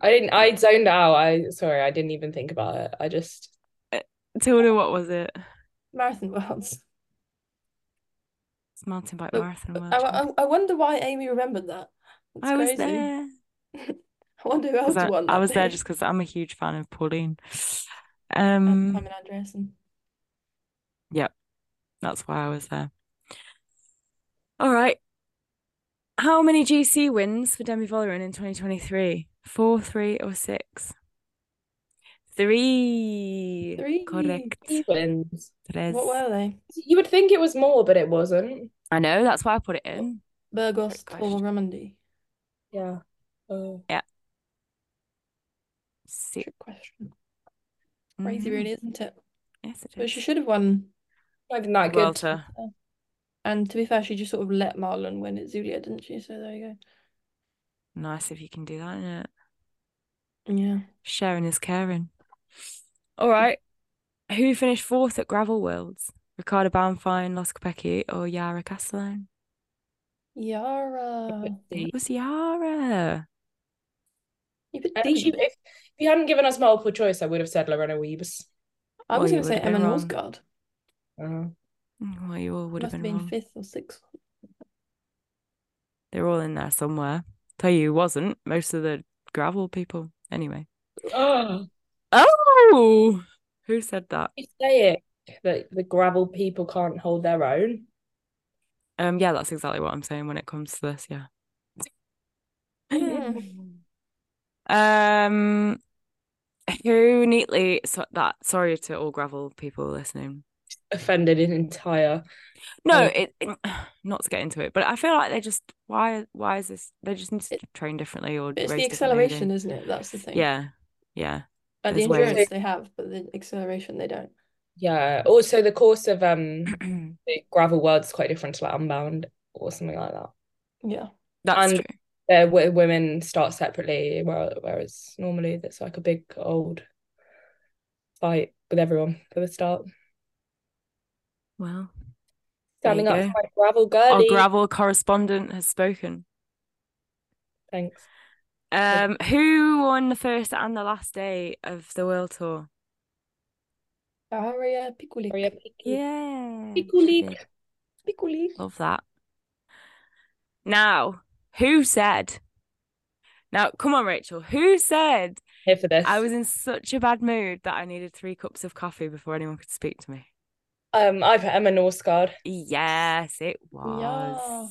I didn't I zoned out. I sorry, I didn't even think about it. I just
Tilda, what was it?
Marathon Worlds.
It's mountain bike
Look,
marathon.
I,
World
I,
Champions.
I wonder why Amy remembered that. oh, That's
I was
crazy.
there.
I wonder who
'Cause
else
I,
won
I
that
was there
day.
just because I'm a huge fan of Pauline.
Um,
Um,
Pamela Andreasen.
That's why I was there. All right. How many GC wins for Demi Vollering in 2023? Four, three, or six? Three.
Three.
Correct.
wins.
Tres.
What were they?
You would think it was more, but it wasn't.
I know. That's why I put it in.
Burgos,
Good
Tor,
question.
Ramondi.
Yeah. Oh.
Six.
Trick question. Crazy,
Mhm.
really, isn't it?
Mm-hmm. Yes, it
But she
is.
should have won.
Not even that good.
Welter.
And to be fair, she just sort of let Marlon win at Zulia, didn't she? So there you
Nice if you can do that, isn't it?
go. Yeah.
Sharing is caring. All
Mm.
right. Who finished fourth at Gravel Worlds? Ricardo Banfine, Los Capecchi, or Yara Castellan?
Yara.
It was Yara.
You put
Actually,
D.
if, if you hadn't given us multiple choice, I would have said Lorena Weebs.
I was
Well, you
going to say
would've been
Emma
wrong.
Norsgaard.
Uh,
Mm, Well, you all would have
Must
been
have been
wrong.
fifth or sixth.
They're all in there somewhere. Tell you who wasn't. Most of the gravel people. Anyway.
oh,
Oh, who said that?
you say it that the gravel people can't hold their own.
Um, yeah, that's exactly what I'm saying when it comes to this. Yeah. Mm-hmm.
Mm.
Um, who neatly so that? Sorry to all gravel people listening.
Offended an entire.
No,
Oh.
it, it- not to get into it, but I feel like they just why why is this? They just need to
It-
train differently or
It's the
race differently, don't
acceleration, isn't it? That's the
they?
thing.
eh? Yeah, yeah.
Like the
There's ways.
endurance they have, but the acceleration they don't.
Yeah. Also, the course of um the gravel world is quite different to like Unbound or something like that.
Yeah.
That's
And-
true.
There, where women start separately, where- whereas normally that's like a big old fight with everyone for the start.
Well, There you
Standing up
go.
for my gravel
our
girly.
Oh, gravel correspondent has spoken.
Thanks.
Um, who won the first and the last day of the world tour?
Aria Pikulik.
Maria Piki.
Yeah,
Pikulik.
Shit,
Pikulik.
love that. Now, who said? Now, come on, Rachel. Who said
Here for this.
I was in such a bad mood that I needed three cups of coffee before anyone could speak to me?
um I put Emma Norsgaard.
Yes, it was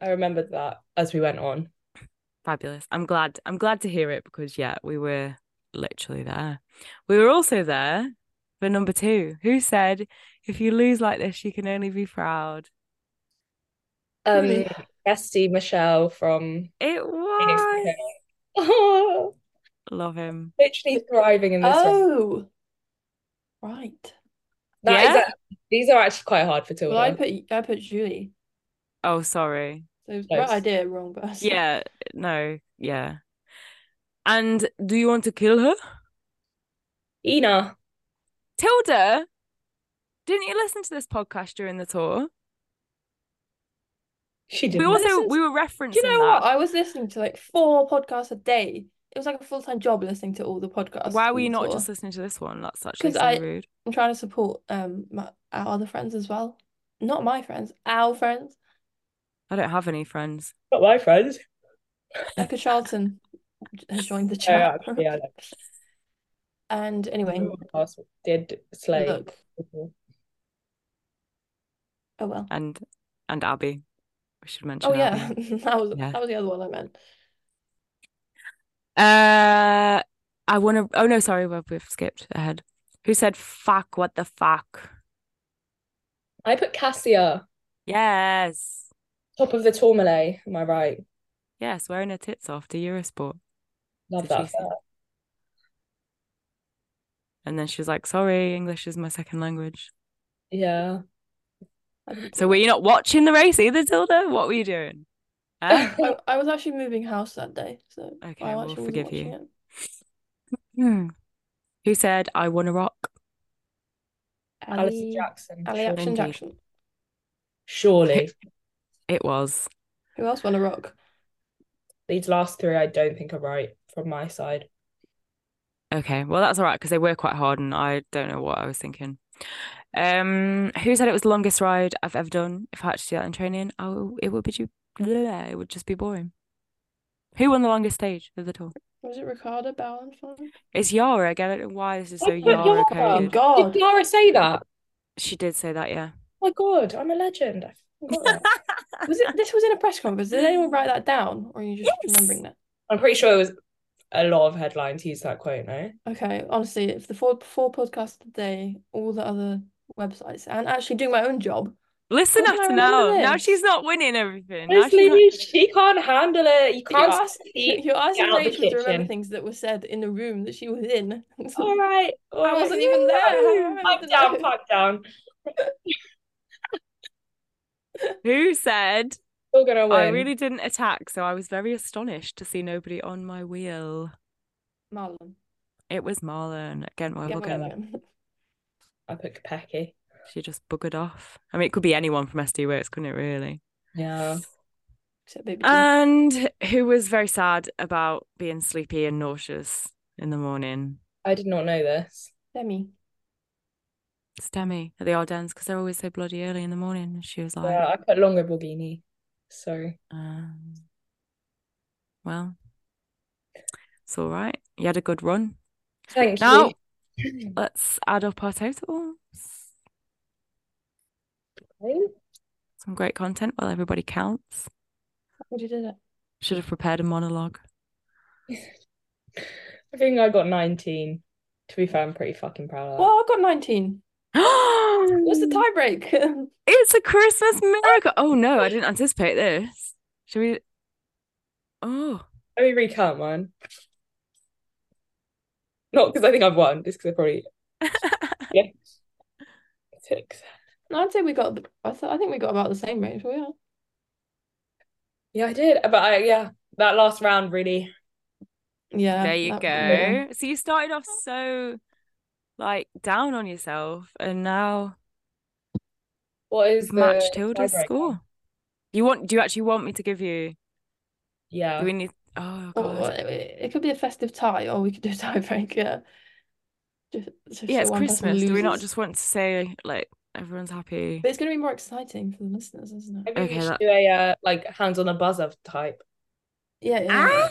I remembered that as we went on.
fabulous. I'm glad. I'm glad to hear it because yeah, we were literally there. We were also there for number two, who said, "If you lose like this, you can only be proud."
Um
Really?
bestie Michelle from
It
Phoenix
was.
Dakota.
Love him.
literally thriving in this one.
Oh. Right.
That is
yeah?
a- these are actually quite hard for
Well, I
Tilda.
put I put Julie.
Oh, sorry.
So So
Close.
right idea, wrong person.
Yeah, no, yeah. And do you want to kill her?
Ina.
Tilda, didn't you listen to this podcast during the tour?
She did.
We also
listen
we were referencing
Do you know
that.
what? I was listening to like four podcasts a day. It was like a full time job listening to all the podcasts.
Why
on
were you
the
not
tour.
just listening to this one? That's actually
'Cause
so
I-
rude.
I'm trying to support um my, our other friends as well. Not my friends, our friends.
I don't have any friends.
Not my friends.
Becca Charlton has joined the
Oh,
chat.
actually, I don't.
And anyway,
know. Us Did slay.
look. Oh well.
And and Abby. We should mention
Oh yeah,
Abby.
that was
Yeah.
that was the other one I meant.
Uh I wanna oh no, sorry, we've we've skipped ahead. Who said fuck what the fuck?
I put Cassia
Yes.
top of the Tourmalet. Am I right?
Yes, wearing her tits off to Eurosport.
Love
Did she
that.
say- And then she was like, sorry, English is my second language.
Yeah.
I didn't
So
do
were you not watching the race either, Tilda? What were you doing? Huh?
that. I, I was actually moving house that day, so I
Okay, we'll
actually wasn't
forgive
watching
you.
it.
Hmm. Who said I want to rock?
Alison
Ali,
Jackson.
Ali
surely.
Action
indeed.
Jackson.
Surely.
It was.
Who else won a rock?
These last three I don't think are right from my side.
Okay, well that's all right because they were quite hard and I don't know what I was thinking. Um, who said it was the longest ride I've ever done? If I had to do that in training, I w- it would be ju- bleh, it would just be boring. Who won the longest stage of the tour?
Was it Ricardo Bauernfeind?
It's Yara. I get it. Why this is so
I thought
Yara
Yara.
Oh
coded.
God.
Did Yara say that?
She did say that, yeah.
Oh my god, I'm a legend. I forgot that.
Was it this was in a press conference? Did anyone write that down or are you just
Yes.
remembering that?
I'm pretty sure it was a lot of headlines used that quote, no?
Okay, honestly, if the four four podcasts today, all the other websites, and actually doing my own job,
Listen
How did
at her
I remember
now. Now
this?
she's not winning everything. Now she's not-
Honestly, she can't handle it. You
you're
can't
ask,
see.
you're asking
out the
Rachel to remember
kitchen. Oh.
things that were said in the room that she was in.
All right. all
I
right.
wasn't even there. How am I
Pipe
meant to
down,
know?
pipe down.
Who said
Still gonna win.
I really didn't attack, so I was very astonished to see nobody on my wheel.
Marlon,
It was Marlon. Again, why
get
bugger?
my phone.
I picked Pecky.
She just buggered off. I mean, it could be anyone from SD Works, couldn't it, really?
Yeah.
Except baby
Uh,
G.
And who was very sad about being sleepy and nauseous in the morning?
I did not know this.
Demi.
It's Demi at the Ardennes because they're always so bloody early in the morning. And she was like,
Yeah, I put Longo Borghini. Sorry.
um, well, it's all right. You had a good run.
Thank
Now-
you.
Let's add up our totals. Some great content while everybody counts.
What did you do that?
Should have prepared a monologue.
I think I got 19. To be fair, I'm pretty fucking proud of that.
Well, I got 19. What's
What's
the tie break?
It's a Christmas miracle. Oh no, I didn't anticipate this. Should we? Oh,
Let me recount mine. Not because I think I've won, just because I probably. yeah. Six.
No, I'd say we got, the, I, th I think we got about the same range. We are.
Yeah, I did. But I, yeah, that last round really.
Yeah.
there you
that- yeah.
go. So you started off so like down on yourself, and now
What is
you've matched
the
Tilda's
tiebreaker?
score. You want? Do you actually want me to give you?
Yeah.
Do we need? Oh
Or- or
god.
it, it could be a festive tie, or we could do a tie break. Yeah. Just, so-
Yeah,
so
it's
one person
Christmas. Do we not
loses.
just want to say like everyone's happy?
But it's going to be more exciting for the listeners, isn't it?
Maybe
Okay,
we should
that-
do a uh, like hands on a buzzer type.
Yeah. yeah, yeah.
Ah,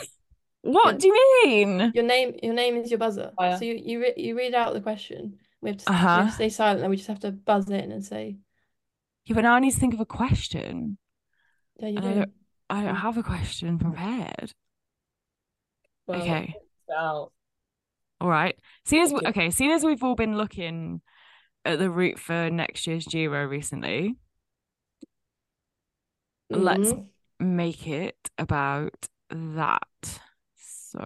what
Yeah.
do you mean?
Your name, your name is your buzzer.
Oh, yeah.
So you you, re you read out the question. We have to, we have to
Uh-huh.
stay silent, and we just have to buzz in and say,
Yeah, but now I need to think of a question.
"Yeah, you
And I
do."
don't- I don't have a question prepared.
Well,
Okay.
it's out.
All right. Seeing as we,
Okay.
okay, seeing as we've all been looking at the route for next year's Giro recently, let's-
Mhm.
make it about that. So,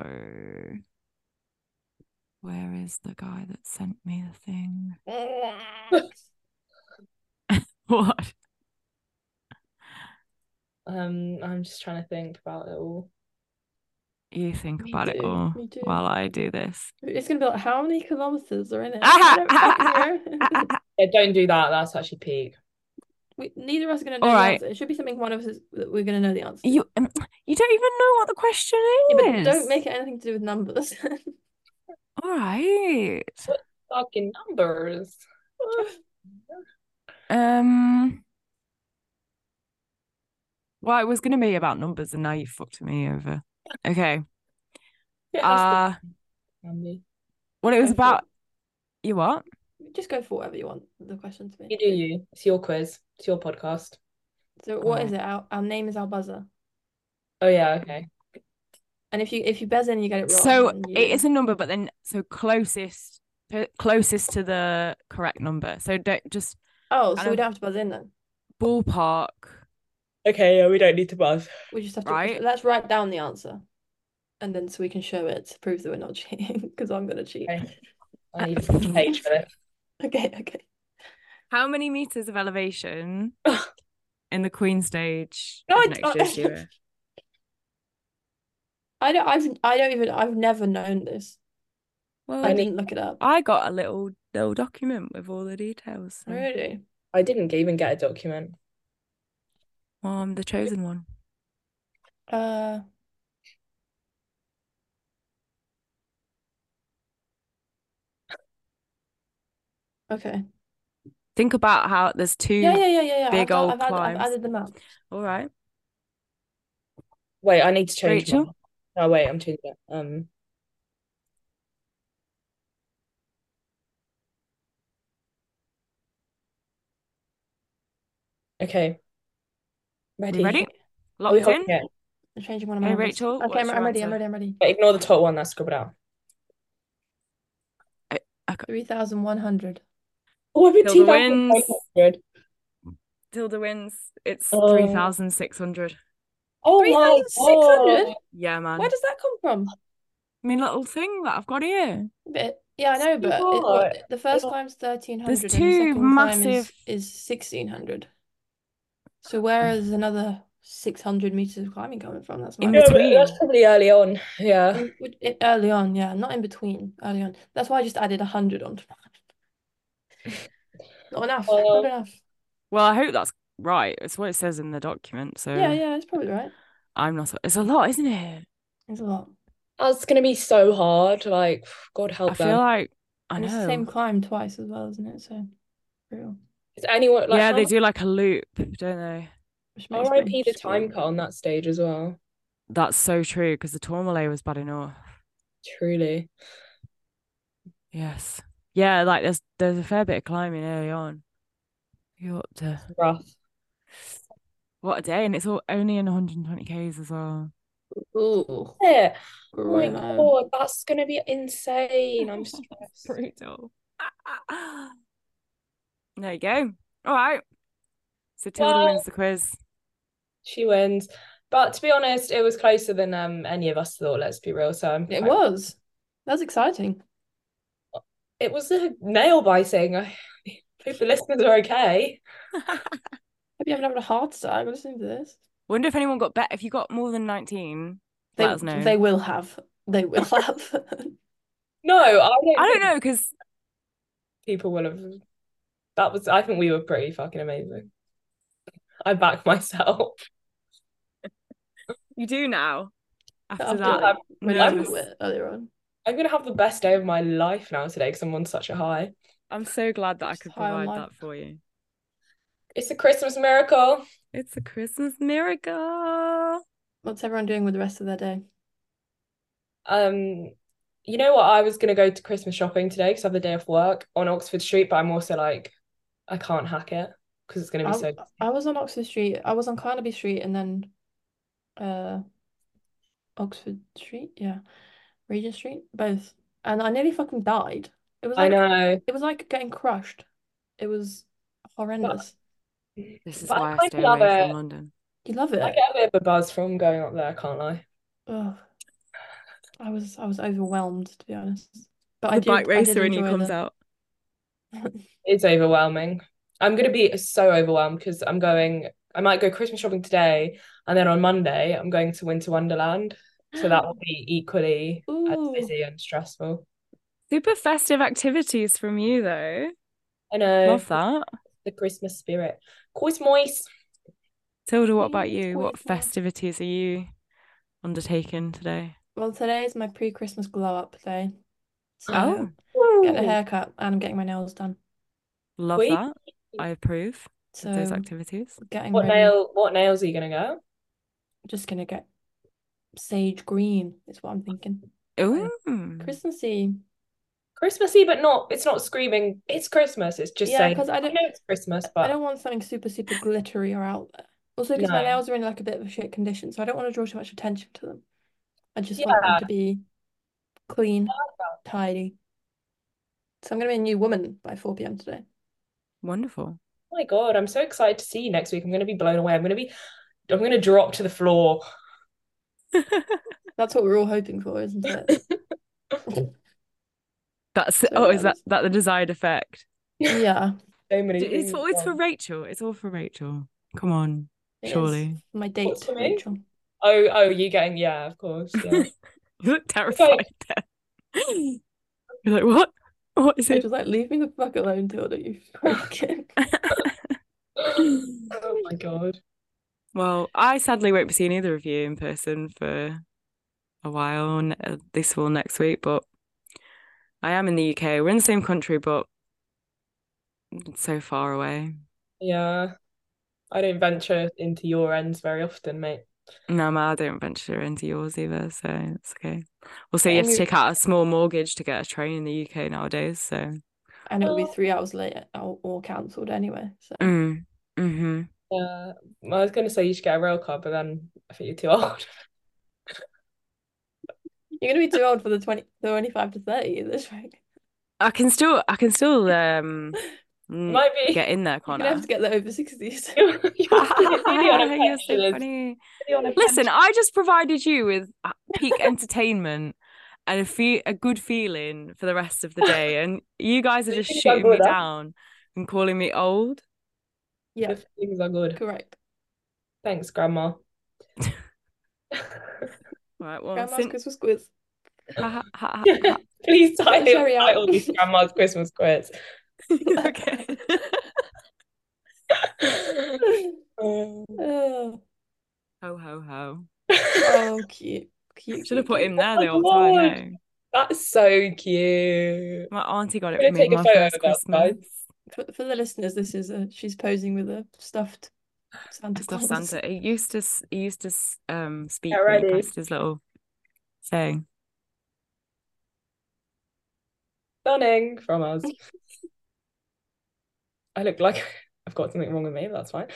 where is the guy that sent me the thing? What?
Um, I'm just trying to think about it all.
You think
Me
about it
too,
all
me too.
while I do this.
It's gonna be like, how many kilometers are in it?
Ah,
I don't
ah,
fucking
ah,
know.
ah.
Yeah, don't do that. That's actually peak.
We, neither of us are gonna know
All
the
right.
answer. It should be something one of us is, that we're gonna know the answer. to.
You um, you don't even know what the question
Yeah,
is.
but don't make it anything to do with numbers.
All right.
Fucking numbers.
Um. Well, it was going to be about numbers, and now you fucked me over. Okay.
Yeah,
Uh
that's the- Andy.
well, it was
Go for it.
about you. What?
Just go for whatever you want the question to
You
be.
do you. It's your quiz. It's your podcast.
So what
Alright.
is it? Our, our name is our buzzer.
Oh yeah, okay.
And if you if you buzz in and you get it wrong,
So
then
it
you-
is a number, but then so closest p- closest to the correct number. So don't just
Oh,
kind
so we
of-
don't have to buzz in then.
ballpark.
Okay, yeah, we don't need to buzz.
We just have to
Right.
let's write down the answer. And then so we can show it to prove that we're not cheating, because I'm gonna cheat.
Okay. I need a page for this.
Okay, okay.
How many meters of elevation
Ugh.
in the Queen stage
No,
of
I
next
don't-
year's Euro?
I don't I've I don't even I've never known this.
Well,
I
need-
didn't look it up.
I got a little little document with all the details. so-
Really?
I didn't even get a document.
Well, I'm the chosen one.
Uh Okay.
Think about how there's two.
Yeah, yeah, yeah, yeah, yeah.
big
I've,
old
I've, added, I've
climbs.
added them up.
All right.
Wait, I need to change
Rachel?
mine. No, wait, I'm changing it. Um, okay.
We
Ready?
ready?
Are we
Locked in?
holding it?
I'm changing one of
Hey,
my numbers.
Rachel,
Okay,
what's
I'm,
your
I'm ready, I'm
answer?
ready, I'm ready.
Wait, ignore the top one. That's scribbled out.
3,100.
Oh, I've been
Till the winds.
2,500.
Tilda wins. It's
Oh.
3,600.
Oh my
3,600?
God.
Yeah, man.
Where does that come from?
I mean, little thing that I've got here.
But yeah, I know,
So
but it,
what?
what, the first
There's
climb's 1300 and
two
the second climb is,
massive-
is 1600. So where is another 600 meters of climbing coming from? That's
In
Yeah,
why I-
but
between.
that's probably early on. Yeah.
in- would- in- early on, yeah, not in between, early on. That's why I just added 100 onto mine. Not enough, not
Well-
enough.
Well, I hope that's right. It's what it says in the document. So
Yeah, yeah, it's probably right.
I'm not. It's a lot, isn't it?
It's a lot.
That's gonna be so hard. Like, God
I
help
feel
them.
like I
And it's the
know.
same climb twice as well, isn't it? So brutal.
Is anyone like
yeah,
how
they
much-
do like a loop, don't they?
Which makes me
RIP the
just
time
feel-
cut on that stage as well.
That's so true because the Tourmalet was bad enough.
Truly.
Yes. Yeah, like there's there's a fair bit of climbing early on. You're up to
Rough.
what a day, and it's all only in 120 k's as well.
Ooh,
Yeah. Oh my
gross.
God, that's gonna be insane. I'm stressed.
Brutal. There you go. All right. So Tilda
Well-
wins the quiz.
She wins. But to be honest, it was closer than um any of us thought, let's be real. So I'm
It
quite-
was. That's exciting.
it was a nail biting. I hope the listeners are okay.
Hope you haven't had a heart attack listening to this.
Wonder if anyone got bet. If you got more than 19,
They
let us know.
they will have. They will have.
No, I don't
I don't
think
know because
people will have that was I think we were pretty fucking amazing. I back myself.
you do now. After
After
that,
that,
no,
When
I
we
was-
were earlier on.
I'm gonna have the best day of my life now today because I'm on such a high.
I'm so glad that I
Just
could
high on
provide
life.
that for you.
It's a Christmas miracle.
It's a Christmas miracle.
What's everyone doing with the rest of their day?
Um, you know what? I was gonna go to Christmas shopping today because I have the day off work on Oxford Street, but I'm also like, I can't hack it because it's gonna be
Oh, I,
so.
I was on Oxford Street. I was on Carnaby Street and then uh Oxford Street, yeah. Regent Street, both. And I nearly fucking died. It was
I
like
know.
it was like getting crushed. It was horrendous.
This is
But I
why I
kind of
stay
love
away from
it.
London.
You love
I
it.
get a bit of a buzz from going up there, can't I?
Ugh. I was I was overwhelmed to be honest. But I
The
did
bike
I did
racer in you
enjoy
comes
the-
out.
It's overwhelming. I'm gonna be so overwhelmed because I'm going. I might go Christmas shopping today, And then on Monday, I'm going to Winter Wonderland. So that will be equally as
Ooh.
busy and stressful.
Super festive activities from you, though.
I know
Love that.
the Christmas spirit. Quite moist.
Tilda, what about
Yeah,
you? What
totally.
festivities are you undertaking today?
Well, today is my pre-Christmas glow up day. So
Oh,
getting a haircut and I'm getting my nails done.
love
Sweet.
that. I approve of those
So
activities.
getting
What
ready.
nail? What nails are you gonna go?
Just gonna get sage green is what I'm thinking.
Oh,
Mm.
Christmassy.
Christmassy, but not. It's not screaming. It's Christmas. It's just
Yeah,
saying.
'cause I don't-
know it's Christmas,
I
but
don't want something super, super glittery or out there. Also, because my
No.
nails are in like a bit of a shit condition, so I don't want to draw too much attention to them. I just want them
Yeah.
to be clean, tidy. So I'm gonna be a new woman by 4 p.m. today.
wonderful.
Oh my God, I'm so excited to see you next week. I'm gonna be blown away. I'm gonna be. I'm gonna drop to the floor.
That's what we're all hoping for, isn't it?
That's
So
oh, is
yeah,
that that the desired effect?
Yeah,
So many.
It's
things
always for
on.
Rachel. It's all for Rachel. Come on,
it is.
surely.
My
What's
date,
for me?
Rachel.
Oh, oh, you getting? Yeah, of course. Yeah.
You look terrified there. You're like, what? What is
Rachel's
it?
like, leave me the fuck alone, Tilda, you freaking.
oh my God.
Well, I sadly won't be seeing either of you in person for a while, n- uh, this will next week, but I am in the UK. We're in the same country, but it's so far away.
Yeah. I don't venture into your ends very often, mate.
No, ma, I don't venture into yours either, so it's okay. Also, you have to
Amy-
take out a small mortgage to get a train in the UK nowadays, so
And it'll be
Oh.
three hours later or, or cancelled anyway. So
mm, hmm
Yeah. I was gonna say you should get a rail car, but then I think you're too old.
you're gonna be too old for the 20, 25 to 30 at this rate.
I can still, I can still um mm,
Might be.
get in there,
You're
Connor.
gonna have to get the over 60s.
You're really on a
You're so
pension.
funny.
Really on a
Listen,
pension.
I just provided you with uh, peak entertainment and a fe- a good feeling for the rest of the day, and you guys are
Good
just
things I
shooting me
brought up.
down and calling me old.
Yeah,
The things are good.
correct.
Thanks, Grandma.
Right, well,
Grandma's
since-
Christmas quiz.
ha- ha- ha- ha-
Please title,
sorry, I-
title these Grandma's Christmas quiz.
ha. okay.
Oh,
ho ho ho!
oh, cute. Cute,
Should have
cute,
put
cute.
him there the
Oh,
whole time.
Lord.
eh?
That's so cute.
My auntie got it
gonna
for me
take a
my
photo
first
of that, guys.
Christmas.
For, for the listeners, this is a she's posing with a stuffed Santa
Stuff
Claus.
Santa. He used to s- he used to s- um speak
Get
when he
ready.
pressed his little thing.
Stunning from us. I look like I've got something wrong with me, but that's fine.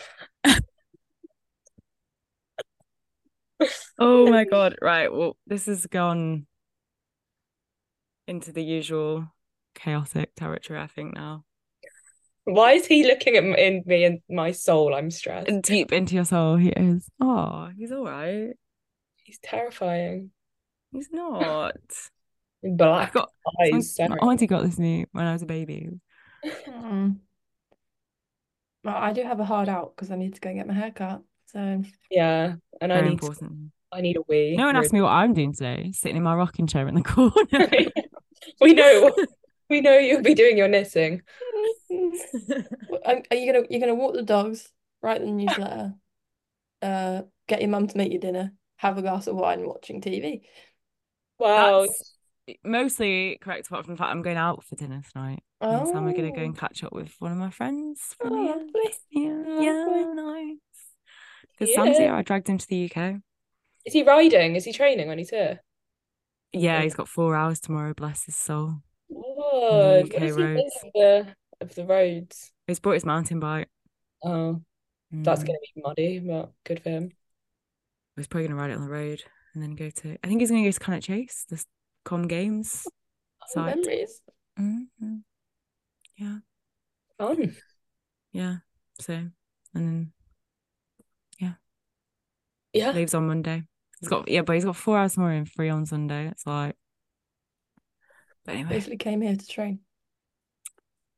Oh my god! Right. Well, this has gone into the usual chaotic territory. I think now
Why is he looking at m- in me and my soul? I'm stressed.
deep into your soul, he is. Oh, he's all right.
He's terrifying.
He's not. I've
Black
got.
eyes.
my
staring.
auntie got this me when I was a baby.
Hmm. Well, I do have a hard out because I need to go and get my hair cut. So
Yeah, and I
Very
need
important.
I need a wee.
No one asked me what I'm doing today. Sitting in my rocking chair in the corner.
really. we know we know you'll be doing your knitting.
Well, um, Are are you gonna you're gonna walk the dogs, write the newsletter, uh, get your mum to make you dinner, have a glass of wine, watching TV.
Wow.
That's mostly correct, apart from the fact I'm going out for dinner tonight. And so I'm gonna go and
Oh,
catch up with one of my friends from
oh,
the end.
lovely.
Yeah, yeah, Oh, nice. Because
Yeah.
Sam's here, I dragged him to the UK.
Is he riding? Is he training when he's here?
Yeah,
Okay.
he's got four hours tomorrow, bless his soul.
Good. What
UK
does he think
roads.
of the of the roads?
He's brought his mountain bike.
Oh, that's
Mm.
gonna be muddy, but good for him.
He's probably gonna ride it on the road and then go to I think he's gonna go to Connacht Chase, the Com Games
Oh,
site.
Memories.
hmm
Fun.
Yeah. So and then
Yeah.
leaves on Monday. He's got yeah, but he's got four hours tomorrow and three on Sunday. It's like but anyway,
Basically came here to train.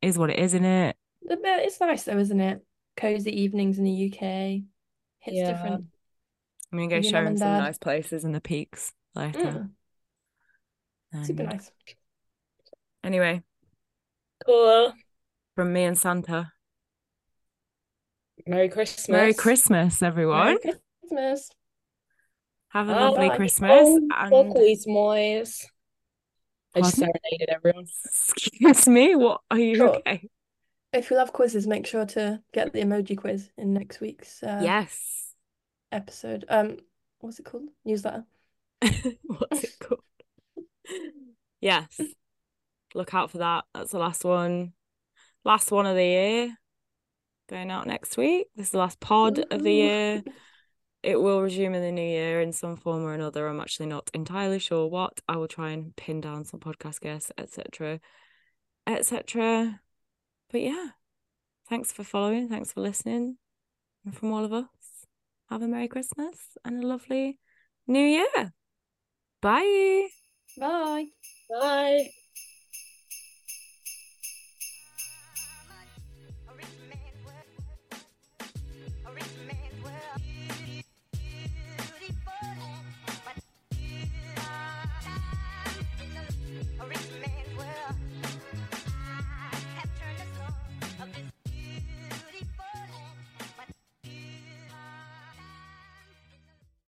it is what it is, isn't it?
But It's nice though, isn't it? Cozy evenings in the UK. Hits
Yeah.
different.
I'm gonna go
Your
show
mum
him
and
some
dad.
nice places in the peaks later.
Mm, super
And
nice.
Anyway,
Cool.
from me and Santa.
Merry Christmas.
Merry Christmas, everyone.
Merry Christmas.
Have a
Oh,
lovely
bye.
Christmas.
Fuck
And
these moys. I just
Pardon?
serenaded everyone.
excuse me, what are you
Sure.
okay?
If you love quizzes, make sure to get the emoji quiz in next week's uh,
Yes.
episode. Um, what's it called? Newsletter.
What's it called? yes. Look out for that. That's the last one. Last one of the year. Going out next week. This is the last pod of the
Woohoo.
year. It will resume in the new year in some form or another. I'm actually not entirely sure what. I will try and pin down some podcast guests, etc. etc. But yeah. Thanks for following. Thanks for listening. And from all of us, have a Merry Christmas and a lovely New Year. Bye.
Bye.
Bye.